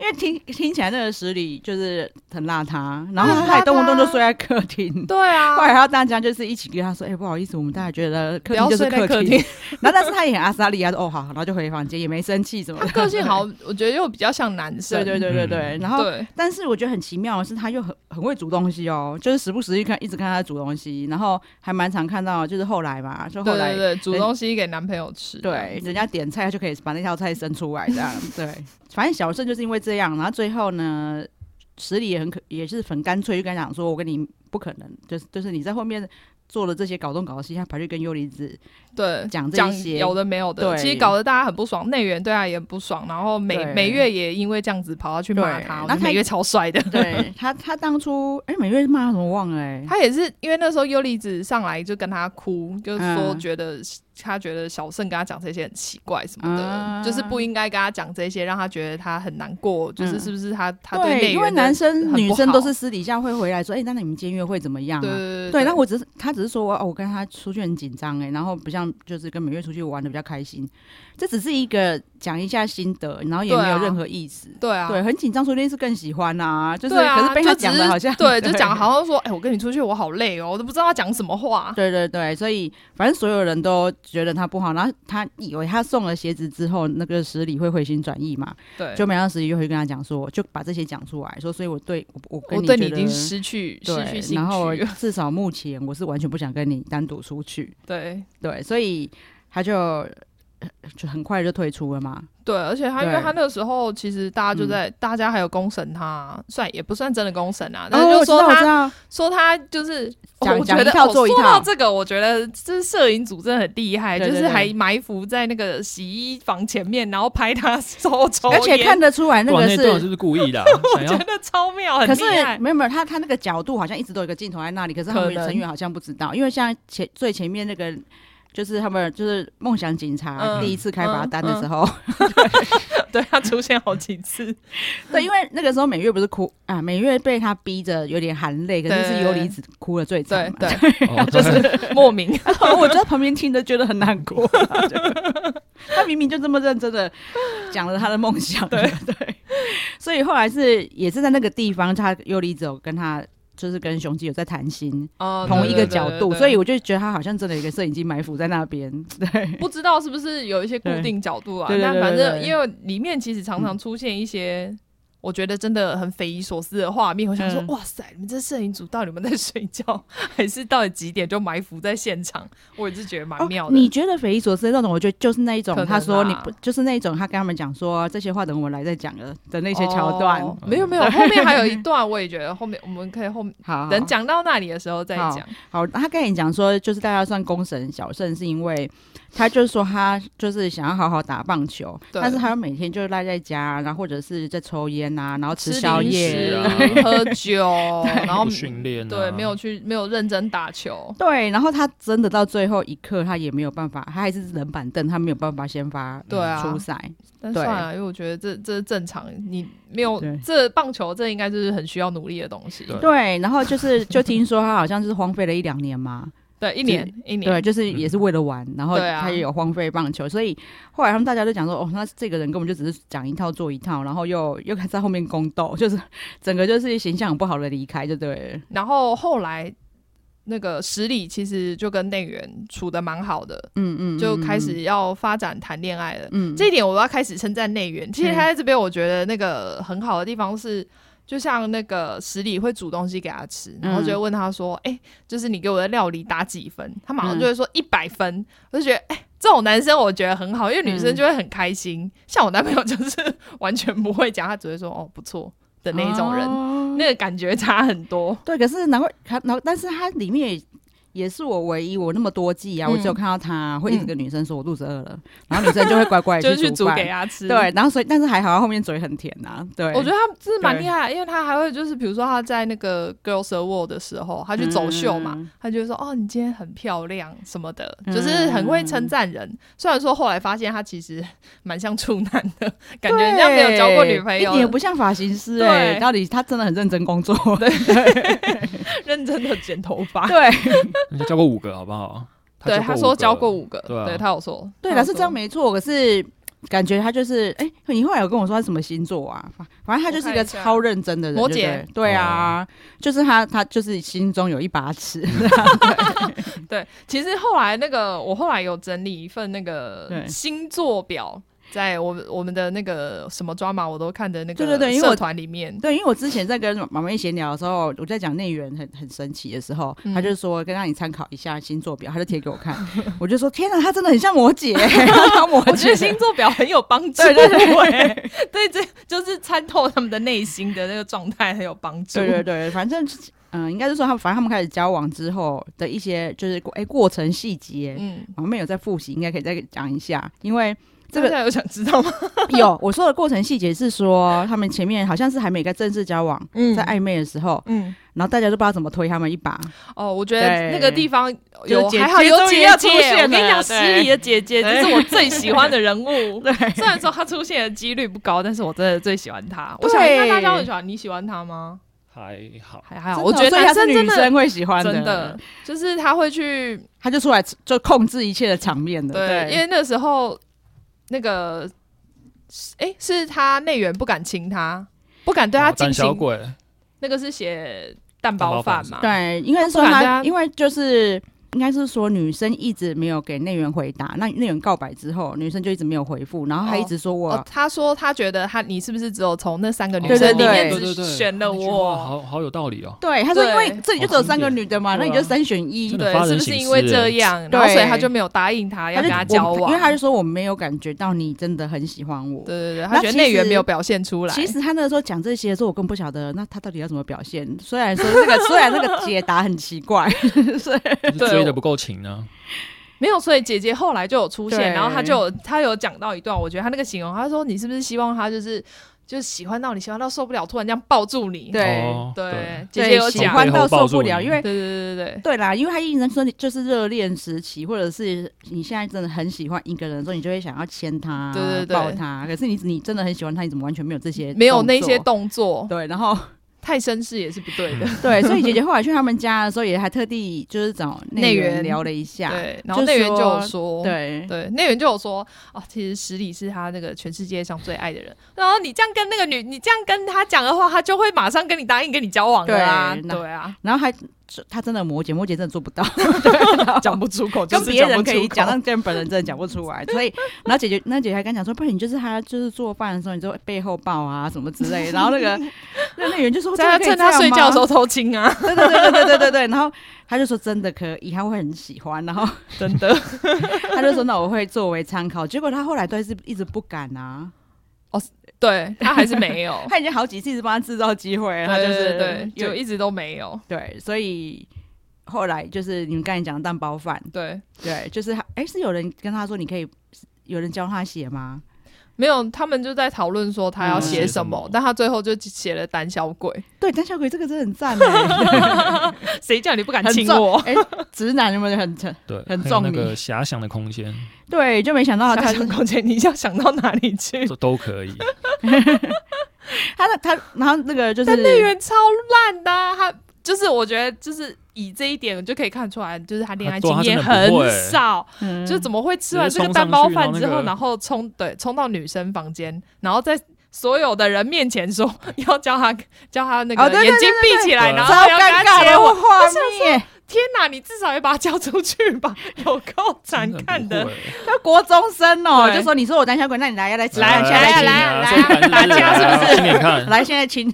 Speaker 3: 因为听听起来那个十里就是很邋遢，然后
Speaker 1: 很
Speaker 3: 他还
Speaker 1: 邋
Speaker 3: 动不动就
Speaker 1: 遢
Speaker 3: 睡在客厅。
Speaker 1: 对 啊
Speaker 3: 后，来还要大家就是一起跟他说，哎、不好意思，我们大家觉得客
Speaker 1: 不
Speaker 3: 厅
Speaker 1: 要
Speaker 3: 就是
Speaker 1: 睡在
Speaker 3: 客
Speaker 1: 客
Speaker 3: 厅
Speaker 1: 厅，，
Speaker 3: 然后但是他也很阿莎利亚，说哦好，好然后就回房间，也没生气什么
Speaker 1: 他
Speaker 3: 的。
Speaker 1: 个性好，我觉得又比较像男生，
Speaker 3: 对对对对对，
Speaker 2: 嗯
Speaker 3: 然后
Speaker 1: 对，
Speaker 3: 但是我觉得很奇妙的是，他又很很会煮东西哦，就是时不时一看一直看他煮东西，然后还蛮常看到，就是后来嘛，就后
Speaker 1: 对
Speaker 3: 来
Speaker 1: 对对，煮东西给男朋友吃，
Speaker 3: 对人家点菜他就可以把那道菜生出来这样，对，反正小胜就是因为这样，然后最后呢，十里也很可也是很干脆，就跟他讲说，我跟你不可能，就是就是你在后面。做了这些搞东搞西，他跑去跟幽离子，
Speaker 1: 对
Speaker 3: 讲这
Speaker 1: 讲
Speaker 3: 些
Speaker 1: 有的没有的，
Speaker 3: 对
Speaker 1: 其实搞得大家很不爽，内援对他也很不爽，然后每
Speaker 3: 对
Speaker 1: 每月也因为这样子跑到去骂
Speaker 3: 对
Speaker 1: 他，我
Speaker 3: 那他
Speaker 1: 觉得每月超帅的。
Speaker 3: 对他，他当初哎、每月骂他什么忘了哎、
Speaker 1: 他也是因为那时候优离子上来就跟他哭，就是说
Speaker 3: 嗯
Speaker 1: 觉得、他觉得小盛跟他讲这些很奇怪什么的，
Speaker 3: 啊
Speaker 1: 就是不应该跟他讲这些，让他觉得他很难过，就是
Speaker 3: 嗯
Speaker 1: 是不是他、他
Speaker 3: 对，
Speaker 1: 内
Speaker 3: 因为
Speaker 1: 援的
Speaker 3: 男生
Speaker 1: 很不
Speaker 3: 女生都
Speaker 1: 好
Speaker 3: 是私底下会回来说，哎、那你们今天约会怎么样啊？
Speaker 1: 对对
Speaker 3: 对，那我只是他只是说我哦我跟他出去很紧张哎，然后不像就是跟美月出去玩的比较开心，这只是一个讲一下心得，然后也
Speaker 1: 对啊
Speaker 3: 没有任何意思。
Speaker 1: 对啊。
Speaker 3: 对，很紧张，说不定是更喜欢啊，就是、
Speaker 1: 对啊，
Speaker 3: 可是被他讲的好像
Speaker 1: 就 只是对，就讲好像说，哎、我跟你出去，我好累哦，我都不知道他讲什么话。
Speaker 3: 对对对，所以反正所有人都觉得他不好，然后他以为他送了鞋子之后，那个十里会回心转意嘛，
Speaker 1: 对，
Speaker 3: 就没想到十里就会跟他讲说，就把这些讲出来，说所以我对我我跟
Speaker 1: 我对
Speaker 3: 你
Speaker 1: 你
Speaker 3: 觉
Speaker 1: 已
Speaker 3: 得
Speaker 1: 经失去失去
Speaker 3: 对，
Speaker 1: 兴
Speaker 3: 然后
Speaker 1: 趣了。
Speaker 3: 至少目前我是完全不想跟你单独出去，
Speaker 1: 对
Speaker 3: 对，所以他就呃就很快就退出了嘛。
Speaker 1: 对，而且他因为
Speaker 3: 对嗯
Speaker 1: 他那个时候，其实大家就在，大家还有公审他，算也不算真的公审啊，但
Speaker 3: 哦
Speaker 1: 是就说
Speaker 3: 我知道，我知
Speaker 1: 他
Speaker 3: 道
Speaker 1: 说他就是，
Speaker 3: 讲
Speaker 1: 我
Speaker 3: 讲
Speaker 1: 觉得
Speaker 3: 一套
Speaker 1: 哦
Speaker 3: 做一
Speaker 1: 说
Speaker 3: 套
Speaker 1: 到这个，我觉得这摄影组真的很厉害，
Speaker 3: 对对
Speaker 1: 就是
Speaker 3: 对
Speaker 1: 还埋伏在那个洗衣房前面，然后拍他抽抽
Speaker 3: 而且
Speaker 1: 烟
Speaker 3: 看得出来那
Speaker 2: 哇
Speaker 3: 个
Speaker 2: 那
Speaker 3: 是，
Speaker 2: 段是不是故意的啊？想
Speaker 1: 觉
Speaker 2: 要
Speaker 1: 得超妙，很
Speaker 3: 可是
Speaker 1: 厉 害。
Speaker 3: 没有没有，他他那个角度好像一直都有一个镜头在那里，可是他
Speaker 1: 可
Speaker 3: 们
Speaker 1: 能
Speaker 3: 成员好像不知道，因为像前最前面那个。就是他们就是梦想警察
Speaker 1: 嗯
Speaker 3: 第一次开罚单的
Speaker 1: 嗯
Speaker 3: 时候，
Speaker 1: 对他出现好几次，
Speaker 3: 对，因为那个时候美月不是哭啊，美月被他逼着有点含泪，可是
Speaker 1: 对
Speaker 3: 是
Speaker 1: 对
Speaker 3: 游
Speaker 1: 对
Speaker 3: 离子哭的最惨
Speaker 1: 对
Speaker 3: 嘛，
Speaker 1: 对，
Speaker 2: 哦，
Speaker 1: 就
Speaker 2: 对
Speaker 1: 是莫名。
Speaker 3: 我就在旁边听着觉得很难 过。他明明就这么认真的讲了他的梦想，对对。所以后来是也是在那个地方，他又离走跟他。就是跟雄鸡有在谈心，
Speaker 1: 哦
Speaker 3: 同一
Speaker 1: 对
Speaker 3: 个
Speaker 1: 对
Speaker 3: 角
Speaker 1: 对
Speaker 3: 度，
Speaker 1: 对
Speaker 3: 所以我就觉得他好像真的有一个摄影机埋伏在那边。对，
Speaker 1: 不知道是不是有一些固定角度啊？
Speaker 3: 对对对
Speaker 1: 但
Speaker 3: 对
Speaker 1: 反
Speaker 3: 对
Speaker 1: 正
Speaker 3: 对嗯
Speaker 1: 因为里面其实常常出现一些。我觉得真的很匪夷所思的画面，我想说，
Speaker 3: 嗯
Speaker 1: 哇塞，你们这摄影组到底有没有在睡觉，还是到底几点就埋伏在现场？我也是觉得蛮妙
Speaker 3: 哦
Speaker 1: 的。
Speaker 3: 你觉得匪夷所思的那种，我觉得就是那一种
Speaker 1: 可，能
Speaker 3: 他说
Speaker 1: 啦
Speaker 3: 你不就是那一种，他跟他们讲说这些话等我来再讲的的那些桥段。嗯
Speaker 1: 哦没有没有，后面还有一 段，我也觉得后面我们可以后面
Speaker 3: 好，
Speaker 1: 等讲到那里的时候再
Speaker 3: 好
Speaker 1: 讲。
Speaker 3: 好，他跟你讲说，就是大家算公审小胜，是因为他就说他就是想要好好打棒球，
Speaker 1: 对
Speaker 3: 但是他每天就赖在家，然后或者是在抽烟啊，然后吃
Speaker 1: 吃
Speaker 3: 宵
Speaker 1: 零
Speaker 3: 夜。
Speaker 1: 食
Speaker 2: 啊
Speaker 1: 喝酒，然后
Speaker 2: 不训练啊
Speaker 1: 对没有去没有认真打球，
Speaker 3: 对，然后他真的到最后一刻，他也没有办法，他还是冷板凳，他没有办法先发嗯
Speaker 1: 对啊
Speaker 3: 出赛。
Speaker 1: 但
Speaker 3: 对
Speaker 1: 算了，因为我觉得这这是正常，你没有
Speaker 3: 对
Speaker 1: 这棒球，这应该就是很需要努力的东西。
Speaker 2: 对
Speaker 3: 对，然后就是就听说他好像就是荒废了一两年嘛，
Speaker 1: 对，一年
Speaker 3: 对，
Speaker 1: 一年，
Speaker 3: 就是也
Speaker 1: 嗯
Speaker 3: 是为了玩，然后
Speaker 1: 对啊
Speaker 3: 他也有荒废棒球，所以后来他们大家都讲说，哦，那这个人根本就只是讲一套做一套，然后又又在后面宫斗，就是整个就是形象很不好的离开，就对了。
Speaker 1: 然后后来那个十里其实就跟内援处的蛮好的，
Speaker 3: 嗯嗯，
Speaker 1: 就开始要发展谈恋爱了。
Speaker 3: 嗯，嗯
Speaker 1: 这一点我要开始称赞内援。其实他在这边，我觉得那个很好的地方是。就像那个十里会煮东西给他吃，然后
Speaker 3: 嗯
Speaker 1: 就会问他说：“哎、就是你给我的料理打几分？”他马
Speaker 3: 嗯
Speaker 1: 上就会说一百分。我就觉得，哎、这种男生我觉得很好，因为女生
Speaker 3: 嗯
Speaker 1: 就会很开心。像我男朋友就是 完全不会讲，他只会说：“哦，不错”的那一种人，
Speaker 3: 哦
Speaker 1: 那个感觉差很多。
Speaker 3: 对，可是难怪他，然后但是他里面也也是我唯一，我那么多季啊，我只
Speaker 1: 嗯
Speaker 3: 有看到他会一直跟女生说我肚子饿了，然后女生就会乖乖
Speaker 1: 就是
Speaker 3: 去
Speaker 1: 去煮
Speaker 3: 饭
Speaker 1: 给。他吃。
Speaker 3: 对，然后所以但是还好，后面嘴很甜啊。对，
Speaker 1: 我觉得他真的蛮
Speaker 3: 对
Speaker 1: 厉害，因为他还会就是比如说他在那个 Girls Award 的时候，他去走秀嘛，
Speaker 3: 嗯
Speaker 1: 他就会说哦你今天很漂亮什么的，
Speaker 3: 嗯
Speaker 1: 就是很会称赞人。虽然说后来发现他其实蛮像处男的，感觉
Speaker 3: 对
Speaker 1: 人家没有交过女朋
Speaker 3: 一
Speaker 1: 友
Speaker 3: 点也不，像发型师哎、
Speaker 1: 对
Speaker 3: 到底他真的很认真工作。
Speaker 1: 认真的剪头发。
Speaker 3: 对
Speaker 2: 人家交过五个，好不好？
Speaker 1: 对，
Speaker 2: 交过
Speaker 1: 他
Speaker 2: 五
Speaker 1: 说
Speaker 2: 个
Speaker 1: 交过五个，
Speaker 2: 对啊
Speaker 1: 对他有说，
Speaker 3: 对
Speaker 1: 他有
Speaker 3: 啦，是这样
Speaker 1: 说
Speaker 3: 没错。可是感觉他就是，哎、你后来有跟我说他什么星座啊？反反正他就是一个
Speaker 1: 我看一下
Speaker 3: 超认真的人，
Speaker 1: 摩
Speaker 3: 对不对
Speaker 1: 羯。
Speaker 3: 对啊， 就是他，他就是心中有一把尺。
Speaker 1: 对，其实后来那个，我后来有整理一份那个
Speaker 3: 对
Speaker 1: 星座表，在我们我们的那个什么抓马，我都看的那个
Speaker 3: 对对对因为我
Speaker 1: 社团里面，
Speaker 3: 对，因为我之前在跟妈妈闲聊的时候，我在讲内缘很很神奇的时候，
Speaker 1: 嗯
Speaker 3: 他就说跟让你参考一下星座表，他就贴给我 看，我就说天哪，他真的很像摩羯，他像摩
Speaker 1: 我觉
Speaker 3: 羯。
Speaker 1: 得星座表很有帮助，
Speaker 3: 对对
Speaker 1: 对，对，这就是参透他们的内心的那个状态很有帮 助。
Speaker 3: 对对对，反正嗯、应该是说他们，反正他们开始交往之后的一些就是哎、过程细节，
Speaker 1: 嗯，
Speaker 3: 我们有在复习，应该可以再讲一下，因为这
Speaker 1: 这
Speaker 3: 个
Speaker 1: 个大家有想知道吗？
Speaker 3: 有我说的过程细节是说，他们前面好像是还没跟正式交往，
Speaker 1: 嗯
Speaker 3: 在暧昧的时候，
Speaker 1: 嗯，
Speaker 3: 然后大家都不知道怎么推他们一把，
Speaker 1: 哦，我觉得
Speaker 3: 对
Speaker 1: 那个地方
Speaker 3: 就
Speaker 1: 有
Speaker 3: 是姐
Speaker 1: 还好
Speaker 3: 姐
Speaker 1: 有
Speaker 3: 终于
Speaker 1: 姐
Speaker 3: 要
Speaker 1: 姐，
Speaker 3: 出现
Speaker 1: 我跟你
Speaker 3: 了
Speaker 1: 讲，十
Speaker 3: 对
Speaker 1: 里的姐姐，这是我最喜欢的人物。
Speaker 3: 对，
Speaker 1: 虽然说他出现的几率不高，但是我真的最喜欢他。
Speaker 3: 对
Speaker 1: 我想应该大家都很喜欢，你喜欢他吗？
Speaker 2: 还好，
Speaker 1: 还还好，
Speaker 3: 真
Speaker 1: 我
Speaker 3: 的
Speaker 1: 觉得
Speaker 3: 所以他
Speaker 1: 男
Speaker 3: 是
Speaker 1: 生真
Speaker 3: 女
Speaker 1: 的
Speaker 3: 生会喜欢
Speaker 1: 真的就是他会去
Speaker 3: 他就出来就控制一切的场面的，
Speaker 1: 对，因
Speaker 3: 对
Speaker 1: 为那时候那个哎、是他内援不敢亲他，不敢对他
Speaker 2: 哦胆
Speaker 1: 进
Speaker 2: 小
Speaker 1: 行
Speaker 2: 鬼，
Speaker 1: 那个是写蛋包饭嘛？
Speaker 3: 对，应该说
Speaker 1: 不然啊大
Speaker 3: 他，
Speaker 1: 家
Speaker 3: 因为就是应该是说女生一直没有给内援回答，那内援告白之后，女生就一直没有回复，然后他一直说我，
Speaker 1: 哦，他说他觉得他你是不是只有从那三个女
Speaker 3: 对
Speaker 1: 生
Speaker 3: 对
Speaker 1: 里面
Speaker 2: 对
Speaker 1: 只
Speaker 2: 对对
Speaker 1: 选了
Speaker 2: 那句话
Speaker 1: 我？
Speaker 2: 好好有道 理哦。
Speaker 3: 对，他说
Speaker 1: 对
Speaker 3: 因为这里就只有三个女的嘛，
Speaker 1: 对
Speaker 3: 那
Speaker 1: 啊
Speaker 3: 你就三选一，
Speaker 2: 真的
Speaker 1: 对
Speaker 2: 发，人
Speaker 1: 是不
Speaker 2: 省
Speaker 1: 是
Speaker 2: 思
Speaker 1: 因为这
Speaker 2: 欸
Speaker 1: 样，
Speaker 3: 对
Speaker 1: 然后所以他就没有答应他要
Speaker 3: 就
Speaker 1: 跟他交
Speaker 3: 我
Speaker 1: 往？
Speaker 3: 因为他就说我没有感觉到你真的很喜欢我。
Speaker 1: 对对对，
Speaker 3: 那
Speaker 1: 他觉得
Speaker 3: 其
Speaker 1: 内援
Speaker 3: 实
Speaker 1: 没有表现出来。
Speaker 3: 其实他那个时候讲这些的时候，我更不晓得那他到底要怎么表现。虽然说这个，虽然那个解答很奇怪，
Speaker 2: 就是
Speaker 1: 对
Speaker 2: 追
Speaker 1: 我
Speaker 2: 的不够勤啊呢，
Speaker 1: 没有，所以姐姐后来就有出现，
Speaker 3: 对
Speaker 1: 然后她就有她有讲到一段，我觉得她那个形容，她说你是不是希望他就是就是喜欢到你喜欢到受不了，突然这样抱住你？
Speaker 3: 对
Speaker 2: 哦
Speaker 1: 对，
Speaker 2: 对
Speaker 1: 姐姐有
Speaker 3: 对喜
Speaker 1: 讲，
Speaker 3: 欢到受不
Speaker 2: 从背后抱
Speaker 3: 了，
Speaker 2: 住你
Speaker 3: 因为
Speaker 1: 对对对对
Speaker 3: 对啦，因为他一直说你就是热恋时期，或者是你现在真的很喜欢一个人的时候，你就会想要牵他、
Speaker 1: 对对对
Speaker 3: 抱他。可是你你真的很喜欢他，你怎么完全没有这些
Speaker 1: 对，没有那些
Speaker 3: 动
Speaker 1: 动作
Speaker 3: 作？，对，然后
Speaker 1: 太绅士也是不对的。
Speaker 3: 对，所以姐姐后来去他们家的时候，也还特地就是找
Speaker 1: 内
Speaker 3: 内
Speaker 1: 援
Speaker 3: 援聊了一下。
Speaker 1: 对，然后内援就有说，
Speaker 3: 对
Speaker 1: 对，内援就有说啊，其实十里是他那个全世界上最爱的人。然后你这样跟那个女，你这样跟他讲的话，他就会马上跟你答应跟你交往的啊，
Speaker 3: 对那
Speaker 1: 对啊，
Speaker 3: 然后还他真的摩羯，摩羯真的做不到，
Speaker 1: 讲不出口，
Speaker 3: 跟
Speaker 1: 就是
Speaker 3: 别
Speaker 1: 不
Speaker 3: 人可以
Speaker 1: 出口
Speaker 3: 讲，但跟本人真的讲不出来。所以，然后姐姐那姐姐还跟他讲说，不然你就是他就是做饭的时候，你就背后抱啊什么之类的。然后那个那那人就说，
Speaker 1: 在他
Speaker 3: 真的可以
Speaker 1: 趁他
Speaker 3: 这样
Speaker 1: 睡觉的
Speaker 3: 吗
Speaker 1: 时候偷亲啊。
Speaker 3: 对对对对对对对对，然后他就说真的可以，他会很喜欢，然后
Speaker 1: 真的
Speaker 3: 他就说那我会作为参考，结果他后来都是一直不敢啊，，
Speaker 1: 对他还是没有
Speaker 3: 他已经好几次一直帮他制造机会，
Speaker 1: 对
Speaker 3: 他就
Speaker 1: 对
Speaker 3: 是
Speaker 1: 对，
Speaker 3: 有
Speaker 1: 就一直都没有。
Speaker 3: 对，所以后来就是你们刚才讲的蛋包饭，
Speaker 1: 对，
Speaker 3: 对，就是他哎是有人跟他说你可以，有人教他写吗？
Speaker 1: 没有，他们就在讨论说他要写什么，
Speaker 2: 嗯
Speaker 1: 但他最后就写了胆小鬼，
Speaker 3: 对，胆小鬼这个真的很赞欸
Speaker 1: 谁叫你不敢
Speaker 3: 很
Speaker 1: 亲
Speaker 3: 重
Speaker 1: 我？
Speaker 3: 哎， 直男有没有很很
Speaker 2: 对，
Speaker 3: 很
Speaker 2: 还有那
Speaker 3: 重你
Speaker 2: 个遐想的空间，
Speaker 3: 对，就没想到他
Speaker 1: 想
Speaker 3: 是
Speaker 1: 想空间，你要想到哪里去？
Speaker 2: 这都可以。
Speaker 3: 他的他，然后那个就是
Speaker 1: 但内员超烂的啊、他就是我觉得就是。以这一点就可以看出来，就是他恋爱
Speaker 2: 他做
Speaker 1: 经
Speaker 2: 啊他
Speaker 1: 验
Speaker 2: 真的
Speaker 1: 很
Speaker 2: 不会
Speaker 1: 少，
Speaker 3: 嗯
Speaker 1: 就怎么会吃完
Speaker 2: 直
Speaker 1: 这
Speaker 2: 接
Speaker 1: 个
Speaker 2: 冲
Speaker 1: 蛋
Speaker 2: 上
Speaker 1: 包
Speaker 2: 去
Speaker 1: 饭
Speaker 2: 然后
Speaker 1: 之
Speaker 2: 那
Speaker 1: 后，
Speaker 2: 个
Speaker 1: 然后冲对冲到女生房间，然后在所有的人面前说 要叫她叫她那
Speaker 3: 哦
Speaker 1: 个
Speaker 3: 对对
Speaker 1: 眼睛
Speaker 3: 对对
Speaker 1: 闭起来，
Speaker 2: 对
Speaker 1: 然
Speaker 3: 超
Speaker 1: 后要跟
Speaker 3: 尴
Speaker 1: 她
Speaker 3: 尬
Speaker 1: 接
Speaker 3: 的
Speaker 1: 吻。
Speaker 3: 画面。
Speaker 1: 天哪，你至少也把她交出去吧，有够难看
Speaker 2: 真
Speaker 1: 的
Speaker 2: 不。会
Speaker 3: 他国中生哦，
Speaker 1: 对
Speaker 3: 就说你说我胆小鬼，那你来呀来亲
Speaker 1: 来
Speaker 3: 来亲
Speaker 1: 来来来
Speaker 2: 说反正
Speaker 1: 打架
Speaker 2: 来啊
Speaker 1: 是不是
Speaker 2: 亲眼看，
Speaker 3: 来现在亲，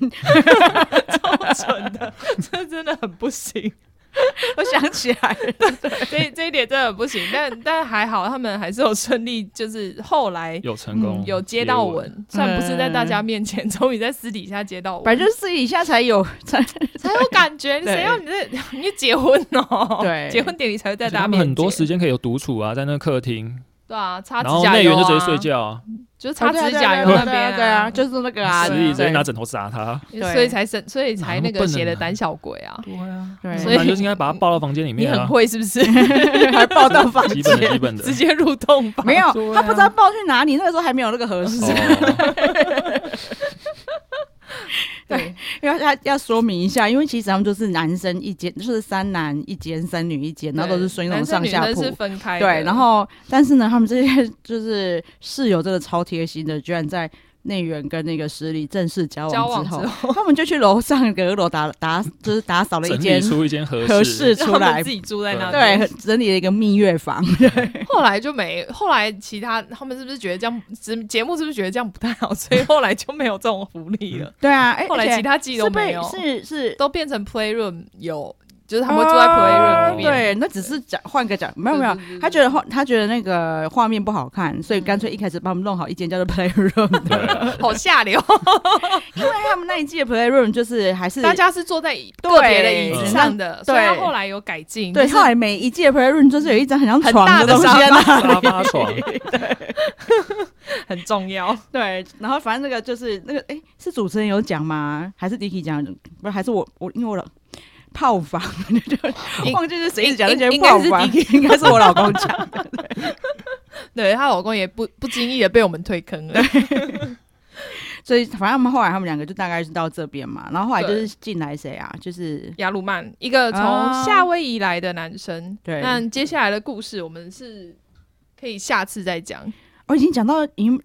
Speaker 1: 蠢的，这真的很不行。
Speaker 3: 我想起来了，
Speaker 1: 这这一点真的很不行，但但还好他们还是有顺利，就是后来
Speaker 2: 有成功，
Speaker 1: 嗯有接到
Speaker 2: 嗯吻，
Speaker 1: 吻，虽然不是在大家面前， 终于在私底下接到吻，
Speaker 3: 嗯反正私底下才有才
Speaker 1: 才有感觉。
Speaker 3: 对
Speaker 1: 谁要你这 你结婚哦？
Speaker 3: 对
Speaker 1: 结婚典礼才会在
Speaker 2: 而且
Speaker 1: 大家
Speaker 2: 他们
Speaker 1: 面
Speaker 2: 很多
Speaker 1: 前
Speaker 2: 时间可以有独处啊，在那个客厅，
Speaker 1: 对啊，擦指
Speaker 2: 然后
Speaker 1: 甲
Speaker 2: 内
Speaker 1: 油
Speaker 2: 援
Speaker 1: 啊，
Speaker 2: 就直接睡觉啊，
Speaker 1: 就是擦
Speaker 3: 哦对啊
Speaker 1: 指甲油
Speaker 3: 对
Speaker 1: 那
Speaker 3: 啊对啊
Speaker 1: 边
Speaker 3: 对啊，就是那个啊，
Speaker 1: 对
Speaker 2: 直
Speaker 1: 啊
Speaker 2: 接直接拿枕头砸他。
Speaker 3: 对啊
Speaker 1: 所以才生，所以才那
Speaker 2: 哪那么
Speaker 1: 个
Speaker 2: 啊笨的
Speaker 1: 写的
Speaker 2: 人
Speaker 1: 胆小鬼啊。
Speaker 2: 对啊，
Speaker 3: 对
Speaker 1: 所以
Speaker 2: 那就是应该把他抱到房间里
Speaker 1: 你
Speaker 2: 面
Speaker 1: 很
Speaker 2: 啊，
Speaker 1: 会是不是？
Speaker 3: 还报到房
Speaker 2: 基本的基
Speaker 3: 间，
Speaker 2: 本的
Speaker 1: 直。接入洞吧。
Speaker 3: 没有
Speaker 2: 对，啊
Speaker 3: 他不知道报去哪里，那个时候还没有那个合适，
Speaker 2: 哦，
Speaker 1: 对，
Speaker 3: 要要要说明一下，因为其实他们就是男生一间，就是三男一间，三女一间，然后都是睡那种
Speaker 1: 男生
Speaker 3: 上
Speaker 1: 女
Speaker 3: 下
Speaker 1: 生
Speaker 3: 铺
Speaker 1: 是。分开的。
Speaker 3: 对，然后但是呢，他们这些就是室友真的超贴心的，居然在内园跟那个十里正式交
Speaker 1: 交
Speaker 3: 往
Speaker 1: 往
Speaker 3: 之
Speaker 1: 之
Speaker 3: 后，
Speaker 1: 后，
Speaker 3: 他们就去楼上阁楼打打，就是打扫了一
Speaker 2: 整
Speaker 3: 间
Speaker 2: 理出一间合
Speaker 3: 合适
Speaker 2: 适
Speaker 1: 让
Speaker 3: 出
Speaker 1: 他们
Speaker 3: 来
Speaker 1: 自，己住在那里。
Speaker 3: 对，整理了一个蜜月 房。
Speaker 1: 后来就没，后来其他他们是不是觉得这样，节节目是不是觉得这样不太好，所以后来就没有这种福利了。
Speaker 3: 对啊，哎，
Speaker 1: 后来
Speaker 3: 而且
Speaker 1: 其他季都
Speaker 3: 是
Speaker 1: 没
Speaker 3: 被
Speaker 1: 有，
Speaker 3: 是是。
Speaker 1: 都变成 playroom 有，就是他们会住在 playroom 里面。
Speaker 3: 啊对，那只是讲换个讲，没有没有
Speaker 1: 对对对对，
Speaker 3: 他觉得画他觉得那个画面不好看，所以干脆一开始帮我们弄好一间叫做 playroom，
Speaker 2: 对啊，
Speaker 1: 好下流，
Speaker 3: 因为他们那一季的 playroom 就是还是
Speaker 1: 大家是坐在个别的椅子上的，
Speaker 3: 对
Speaker 1: 虽然后来有改进，
Speaker 3: 对，
Speaker 1: 就是
Speaker 3: 后来每一季的 playroom 就是有一张很像
Speaker 1: 很
Speaker 3: 床
Speaker 1: 大的
Speaker 3: 东西
Speaker 1: 沙
Speaker 3: 在那
Speaker 2: 沙发床，
Speaker 1: 啊很重要。
Speaker 3: 对，然后反正那个就是那个，哎，是主持人有讲吗？还是 Dicky 讲？不是，还是我我因为我老炮房， 就
Speaker 1: 应
Speaker 3: 忘记是谁讲那
Speaker 1: 应
Speaker 3: 些
Speaker 1: 应该
Speaker 3: 炮
Speaker 1: 是
Speaker 3: 房，应该是我老公讲。
Speaker 1: 对她老公也不不经意的被我们推坑了，
Speaker 3: 所以反正他们后来他们两个就大概是到这边嘛，然后后来就是进来谁啊？就是
Speaker 1: 雅鲁曼一个从
Speaker 3: 啊
Speaker 1: 夏威夷来的男生。
Speaker 3: 对
Speaker 1: 那接下来的故事我们是可以下次再讲。
Speaker 3: 哦我、已经讲到已经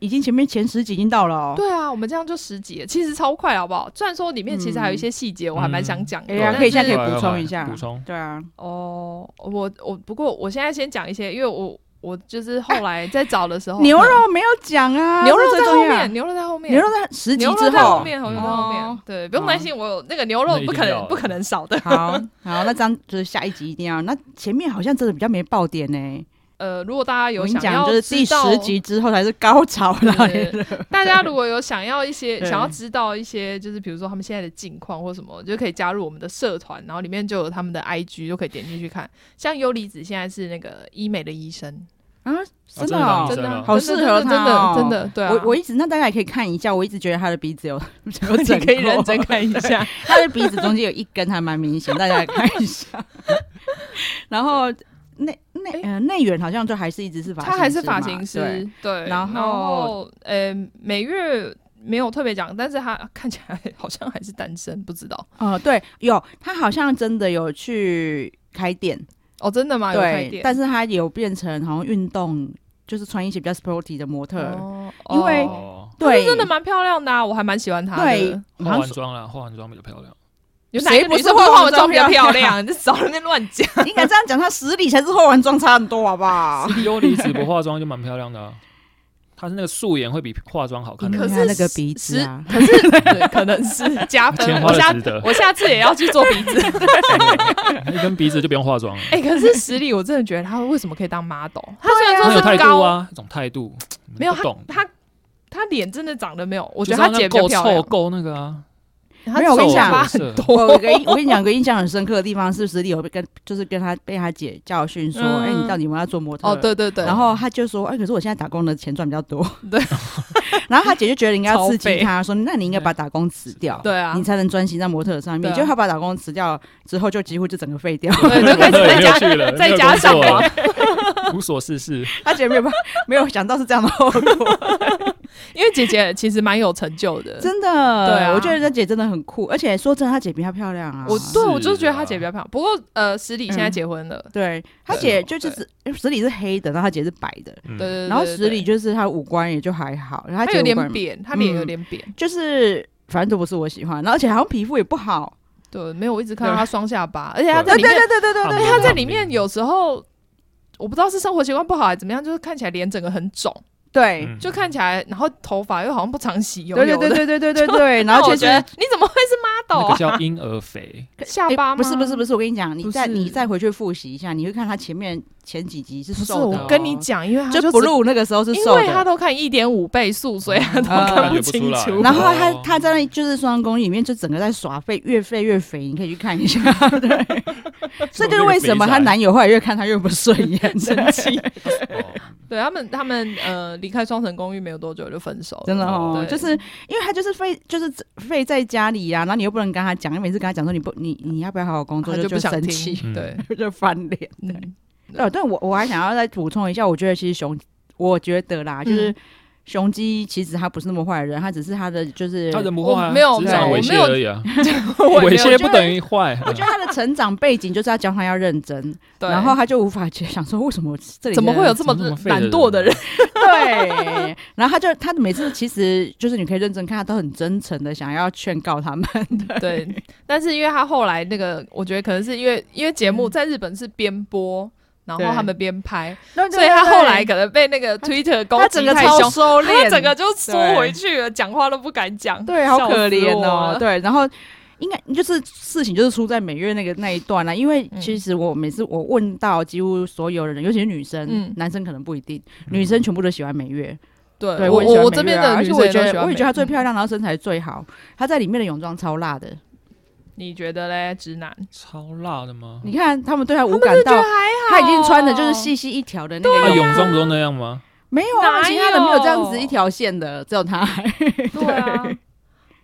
Speaker 3: 已经前面前十集已经到了哦。
Speaker 1: 对啊，我们这样就十集了，其实超快了，好不好？虽然说里面其实还有一些细节，我还蛮想讲的。
Speaker 3: 嗯哎呀，
Speaker 1: 但
Speaker 3: 可以
Speaker 1: 是
Speaker 3: 现在可以
Speaker 2: 对啊
Speaker 3: 补充一下，
Speaker 2: 补充
Speaker 3: 对啊，
Speaker 1: 哦，我我不过我现在先讲一些，因为我我就是后来在找的时候，
Speaker 3: 牛肉没有讲啊，
Speaker 1: 哦牛肉
Speaker 3: 这
Speaker 1: 在
Speaker 3: 最
Speaker 1: 后
Speaker 3: 重要
Speaker 1: 面，，牛肉在后面，
Speaker 3: 牛肉在十集
Speaker 1: 牛
Speaker 3: 之
Speaker 1: 肉在后
Speaker 3: 后。
Speaker 1: 面，牛肉
Speaker 2: 嗯
Speaker 1: 在后面
Speaker 3: 哦，
Speaker 1: 对，不用担心，我有那个牛肉
Speaker 2: 那一定
Speaker 1: 不可
Speaker 2: 要
Speaker 1: 能
Speaker 2: 的
Speaker 1: 不可能少的。
Speaker 3: 好好，那这样就是下一集一定要。那前面好像真的比较没爆点呢、
Speaker 1: 呃，如果大家有
Speaker 3: 我跟你
Speaker 1: 想
Speaker 3: 讲，
Speaker 1: 要
Speaker 3: 就是第
Speaker 1: 知道
Speaker 3: 十集之后才是高潮啦。
Speaker 1: 对哦大家如果有想要一些
Speaker 3: 对
Speaker 1: 想要知道一些，就是比如说他们现在的近况或什么，就可以加入我们的社团，然后里面就有他们的 IG，就可以点进去看。像优离子现在是那个医美的医生，
Speaker 3: 啊，真的、
Speaker 2: 啊
Speaker 3: 哦
Speaker 1: 真
Speaker 2: 真的当医生
Speaker 1: 的啊
Speaker 2: 哦
Speaker 3: 好适合
Speaker 1: 真
Speaker 3: 他
Speaker 1: 的
Speaker 3: 哦
Speaker 1: 真的真的对啊，
Speaker 3: 我我一直那大家也可以看一下，我一直觉得他的鼻子有 有
Speaker 1: 你
Speaker 3: 整
Speaker 1: 可以
Speaker 3: 过
Speaker 1: 认真看一下，
Speaker 3: 他的鼻子中间有一根还蛮明显，大家来看一下。然后内内呃内远好像就还是一直是发型师嘛，
Speaker 1: 他还是发型师
Speaker 3: 对，
Speaker 1: 对，
Speaker 3: 然
Speaker 1: 后
Speaker 3: 后
Speaker 1: 呃每月。没有特别讲，但是他看起来好像还是单身，不知道
Speaker 3: 哦、对，有他好像真的有去开店，
Speaker 1: 哦，真的吗？有开
Speaker 3: 对
Speaker 1: 店，，
Speaker 3: 但是他有变成好像运动，就是穿一些比较 sporty 的模特儿，
Speaker 1: 哦，
Speaker 3: 因为
Speaker 1: 哦
Speaker 2: 哦，
Speaker 3: 对，
Speaker 1: 真的蛮漂亮的啊，我还蛮喜欢她的。
Speaker 3: 对，好
Speaker 2: 化完
Speaker 3: 像
Speaker 2: 妆了，化完妆比较漂亮。
Speaker 1: 有哪一个
Speaker 3: 谁不
Speaker 1: 女
Speaker 3: 是
Speaker 1: 生会化
Speaker 3: 化
Speaker 1: 完
Speaker 3: 完
Speaker 1: 妆
Speaker 3: 妆
Speaker 1: 比较漂
Speaker 3: 漂
Speaker 1: 亮？你就少在那边乱讲。
Speaker 3: 你敢这样讲，他实力才是化完妆差很多，好不好？
Speaker 2: 优离子不化妆就蛮漂亮的啊，她是那个素颜会比化妆好看
Speaker 3: 你
Speaker 2: 的
Speaker 1: 可
Speaker 3: 看
Speaker 1: 是
Speaker 3: 他那个鼻子啊，
Speaker 1: 可是对可能 是加分。
Speaker 2: 钱
Speaker 1: 我
Speaker 2: 花
Speaker 1: 下
Speaker 2: 的值得。
Speaker 1: 我下次也要去做鼻子。
Speaker 2: 一根鼻 子就不用化妆了。
Speaker 1: 哎，可是实力我真的觉得他为什么可以当 model？他虽然
Speaker 2: 很
Speaker 1: 说
Speaker 2: 有态
Speaker 1: 是
Speaker 2: 度
Speaker 1: 高，
Speaker 2: 啊，一种态度。你们
Speaker 1: 没有
Speaker 2: 不
Speaker 1: 他
Speaker 2: 懂，
Speaker 1: 他他脸真的长得没有，我
Speaker 2: 我
Speaker 1: 觉得他姐比较
Speaker 2: 够
Speaker 1: 漂
Speaker 2: 臭，
Speaker 1: 亮，
Speaker 2: 够那个啊。
Speaker 1: 他
Speaker 3: 没有我跟你讲
Speaker 1: 头发
Speaker 2: 是
Speaker 1: 很
Speaker 3: 我有一。
Speaker 1: 多
Speaker 3: 个印我跟你讲，有个印象很深刻的地方是史蒂有被跟就是跟他被他姐教训说，
Speaker 1: 嗯
Speaker 3: 哎、你到底有没有要做模特？
Speaker 1: 哦，。对对对，
Speaker 3: 然后他就说，哎、可是我现在打工的钱赚比较多。
Speaker 1: 对。
Speaker 3: 然后他姐就觉得应该要刺
Speaker 1: 超
Speaker 3: 激
Speaker 1: 废
Speaker 3: 他，说，那你应该把打工辞掉，
Speaker 1: 对啊
Speaker 3: 你。才能专心在模特上面。
Speaker 1: 对啊
Speaker 3: 结果他把打工辞掉之后，就几乎就整个废掉。
Speaker 1: 对，就开始在家
Speaker 2: 没有去啊了
Speaker 1: 在家上网
Speaker 2: 没，无所事事，
Speaker 3: 他姐没有办法，没有想到是这样的后
Speaker 1: 啊
Speaker 3: 果，
Speaker 1: 因为姐姐其实蛮有成就的，
Speaker 3: 真的。
Speaker 1: 对啊
Speaker 3: 我觉得他姐真的很酷，而且说真的，他姐比她漂亮啊。
Speaker 1: 我
Speaker 2: 是
Speaker 1: 对我就是觉得她
Speaker 2: 啊
Speaker 1: 姐比较漂亮。不过呃，十里现在
Speaker 3: 嗯
Speaker 1: 结婚了，
Speaker 3: 对他
Speaker 1: 哦
Speaker 3: 姐就就是十里是黑的，然后他姐是白的，
Speaker 2: 嗯
Speaker 1: 对对对，
Speaker 3: 然后
Speaker 1: 对
Speaker 3: 十
Speaker 1: 对
Speaker 3: 里就是他五官也就还好，然后
Speaker 1: 他
Speaker 3: 姐
Speaker 1: 有
Speaker 3: 五官
Speaker 1: 点扁，他脸有
Speaker 3: 嗯
Speaker 1: 点扁。
Speaker 3: 就是反正都不是我喜欢，然后而且好像皮肤也不 好。
Speaker 1: 对，没有，我一直看
Speaker 3: 对
Speaker 1: 到他双下巴，而且他在
Speaker 2: 对
Speaker 1: 里面，
Speaker 3: 对对
Speaker 2: 对
Speaker 1: 而且他在里
Speaker 2: 对
Speaker 1: 面有时候我不知道是生活习惯不好还是怎么样，就是看起来脸整个很肿，
Speaker 3: 对，
Speaker 2: 嗯
Speaker 1: 就看起来，然后头发又好像不常洗，油
Speaker 3: 对对
Speaker 1: 油的
Speaker 3: 对对对对对对，然后
Speaker 1: 我
Speaker 3: 就
Speaker 1: 觉
Speaker 3: 是
Speaker 1: 得你怎么会是 model
Speaker 2: 那个
Speaker 1: 啊？
Speaker 2: 叫婴 儿肥，
Speaker 1: 下
Speaker 3: 诶
Speaker 1: 巴吗？
Speaker 3: 哎不是不是不
Speaker 1: 是，
Speaker 3: 是，我跟你讲，
Speaker 1: 不
Speaker 3: 你再你
Speaker 1: 是
Speaker 3: 再回去复习一下，你会看他前面前几集是
Speaker 1: 不是
Speaker 3: 瘦的哦、
Speaker 1: 我跟你讲，因为他
Speaker 3: 就
Speaker 1: 不
Speaker 3: 不
Speaker 1: 录，
Speaker 3: 录那个时候是
Speaker 1: 因
Speaker 3: 瘦
Speaker 1: 为
Speaker 3: 的。
Speaker 1: 他都看一点五倍速，所以他都看
Speaker 2: 嗯感觉不
Speaker 1: 清
Speaker 2: 出来
Speaker 1: 楚。
Speaker 3: 然后他
Speaker 2: 哦
Speaker 3: 他在那就是双人公寓里面就整个在耍废，越废越肥，你可以去看一下。 对，这就是为什么她男友后来越看她越不顺 眼，
Speaker 1: 生气，
Speaker 2: 哦
Speaker 1: 对他们，他们呃离开双城公寓没有多久就分手了，
Speaker 3: 真的哦，
Speaker 1: 对
Speaker 3: 就是因为他就是废，就是废在家里啊呀、然后你又不能跟他讲，因为每次跟他讲说你不你你要不要好好工作，
Speaker 1: 他就不
Speaker 3: 就
Speaker 1: 想
Speaker 3: 生
Speaker 1: 听
Speaker 3: 气，，
Speaker 2: 嗯
Speaker 1: 对，
Speaker 3: 就翻脸。 呃
Speaker 1: 嗯，
Speaker 3: 对，但我我还想要再补充一下，我觉得其实雄，我觉得啦，就是
Speaker 1: 嗯
Speaker 3: 雄鸡其实他不是那么坏的人，他只是他的就是，
Speaker 2: 他人不坏啊，
Speaker 1: 我没有
Speaker 2: 只是想
Speaker 3: 对
Speaker 2: 猥亵
Speaker 1: 我没有
Speaker 2: 而已啊，
Speaker 1: 我也
Speaker 2: 猥
Speaker 1: 没有
Speaker 2: 亵不等于坏啊。
Speaker 3: 我觉得他的成长背景就是要教他要认真，
Speaker 1: 对
Speaker 3: 然后他就无法觉想说为什么这里的
Speaker 1: 怎么会有这么
Speaker 2: 怎么那么废的
Speaker 1: 懒
Speaker 2: 人
Speaker 1: 惰的人？
Speaker 3: 对，然后他就他每次其实就是你可以认真看，他都很真诚的想要劝告他们，
Speaker 1: 对，但是因为他后来那个，我觉得可能是因为因为节目
Speaker 3: 嗯
Speaker 1: 在日本是边播，然后
Speaker 3: 对
Speaker 1: 他们边拍，所
Speaker 3: 所
Speaker 1: 以他后来可能被那个 Twitter 攻
Speaker 3: 他
Speaker 1: 击
Speaker 3: 整个
Speaker 1: 太
Speaker 3: 超
Speaker 1: 凶，
Speaker 3: 收敛，
Speaker 1: 他整个就缩回去了，讲话都不敢讲，
Speaker 3: 对，好
Speaker 1: 笑
Speaker 3: 可
Speaker 1: 死
Speaker 3: 怜
Speaker 1: 我
Speaker 3: 哦。
Speaker 1: 了，
Speaker 3: 对，然后应该就是事情就是出在美月那个那一段啊啦、因为
Speaker 1: 嗯
Speaker 3: 其实我每次我问到几乎所有的人，尤其是女生，
Speaker 1: 嗯
Speaker 3: 男生可能不一定，女生全部都喜欢美月。
Speaker 1: 对
Speaker 3: 对，
Speaker 1: 我
Speaker 3: 也喜欢
Speaker 1: 我
Speaker 3: 美
Speaker 1: 这
Speaker 3: 月
Speaker 1: 边
Speaker 3: 啊
Speaker 1: 的
Speaker 3: 而
Speaker 1: 女
Speaker 3: 且
Speaker 1: 生
Speaker 3: 我
Speaker 1: 也
Speaker 3: 觉
Speaker 1: 都喜
Speaker 3: 得
Speaker 1: 欢
Speaker 3: 我也觉得她最
Speaker 1: 美
Speaker 3: 漂亮，然后身材最好，她在里面的泳装超辣
Speaker 1: 嗯
Speaker 3: 的。
Speaker 1: 你觉得嘞？直男
Speaker 2: 超辣的吗？
Speaker 3: 你看他们对她无感到，她已经穿的就是细细一条的那个
Speaker 2: 那
Speaker 1: 啊
Speaker 3: 泳，
Speaker 2: 泳装不都那样吗？
Speaker 3: 没有啊，
Speaker 1: 哪
Speaker 3: 其他的没有这样
Speaker 1: 有
Speaker 3: 子一条线的，只有她。
Speaker 1: 对啊。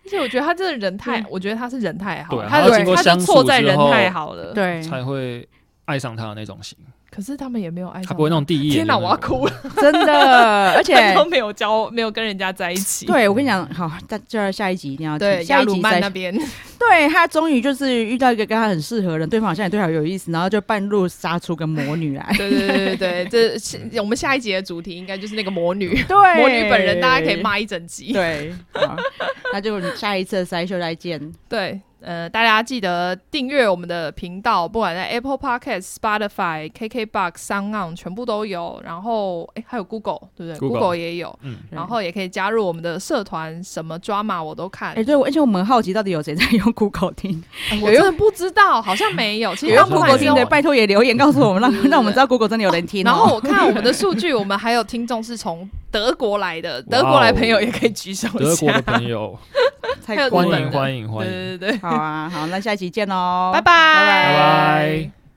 Speaker 1: 而且我觉得他真的人太，我觉得他是人太好
Speaker 2: 对
Speaker 1: 了，
Speaker 2: 啊
Speaker 1: 他
Speaker 3: 他经
Speaker 1: 就
Speaker 2: 过
Speaker 1: 他就
Speaker 2: 相
Speaker 1: 错
Speaker 2: 处
Speaker 1: 在
Speaker 2: 之
Speaker 1: 人
Speaker 2: 后
Speaker 1: 太好了。，
Speaker 3: 对，
Speaker 2: 才会爱上他的那种型，
Speaker 1: 可是他们也没有爱上
Speaker 2: 他不会那种第一眼。
Speaker 1: 天哪，我要！哭了！
Speaker 3: 真 的，而且
Speaker 1: 他都没有交，没有跟人家在一起。
Speaker 3: 对我跟你讲，好，但这下一集一定要
Speaker 1: 对，
Speaker 3: 听下
Speaker 1: 亚
Speaker 3: 一
Speaker 1: 鲁
Speaker 3: 集
Speaker 1: 曼
Speaker 3: 再
Speaker 1: 那边，。
Speaker 3: 对他终于就是遇到一个跟他很适合的人，对方好像也对他有意思，然后就半路杀出个魔女来
Speaker 1: 对对对对对，这我们下一集的主题应该就是那个魔女，
Speaker 3: 对，
Speaker 1: 魔女本人，大家可以。骂一整集。
Speaker 3: 对，好，那就下一次的筛秀再见。
Speaker 1: 对，呃，大家记得订阅我们的频道，不管在 Apple Podcast、Spotify、KKBox、Sound On 全部都有，然后哎还有 Google 对不对
Speaker 2: Google
Speaker 1: 也有，
Speaker 2: 嗯，
Speaker 1: 然后也可以加入我们的社团，什么 drama 我都看
Speaker 3: 哎、。对，而且我们好奇到底有谁在用 Google 听，
Speaker 1: 哎我真的不知道，好像没有，其
Speaker 3: 有
Speaker 1: 实
Speaker 2: 有
Speaker 1: 大
Speaker 3: 用
Speaker 1: 部
Speaker 3: Google
Speaker 1: 分
Speaker 2: 人
Speaker 1: 是
Speaker 3: 听
Speaker 1: 用
Speaker 3: 的，拜托也留言告诉我们，
Speaker 1: 对对对
Speaker 3: 让让我们知道 Google 真的有人听、哦。
Speaker 1: 然后我看我们的数据，我们还有听众是从德国来的，德国来朋友也可以举手一
Speaker 2: 哦德国
Speaker 1: 下
Speaker 2: 的。朋友，
Speaker 3: 才
Speaker 1: 还有
Speaker 2: 欢
Speaker 1: 日本
Speaker 2: 迎
Speaker 1: 的
Speaker 2: 欢迎欢迎！
Speaker 1: 对对对，
Speaker 3: 好啊，好，那下一集见喽，
Speaker 1: 拜拜，
Speaker 2: 拜拜。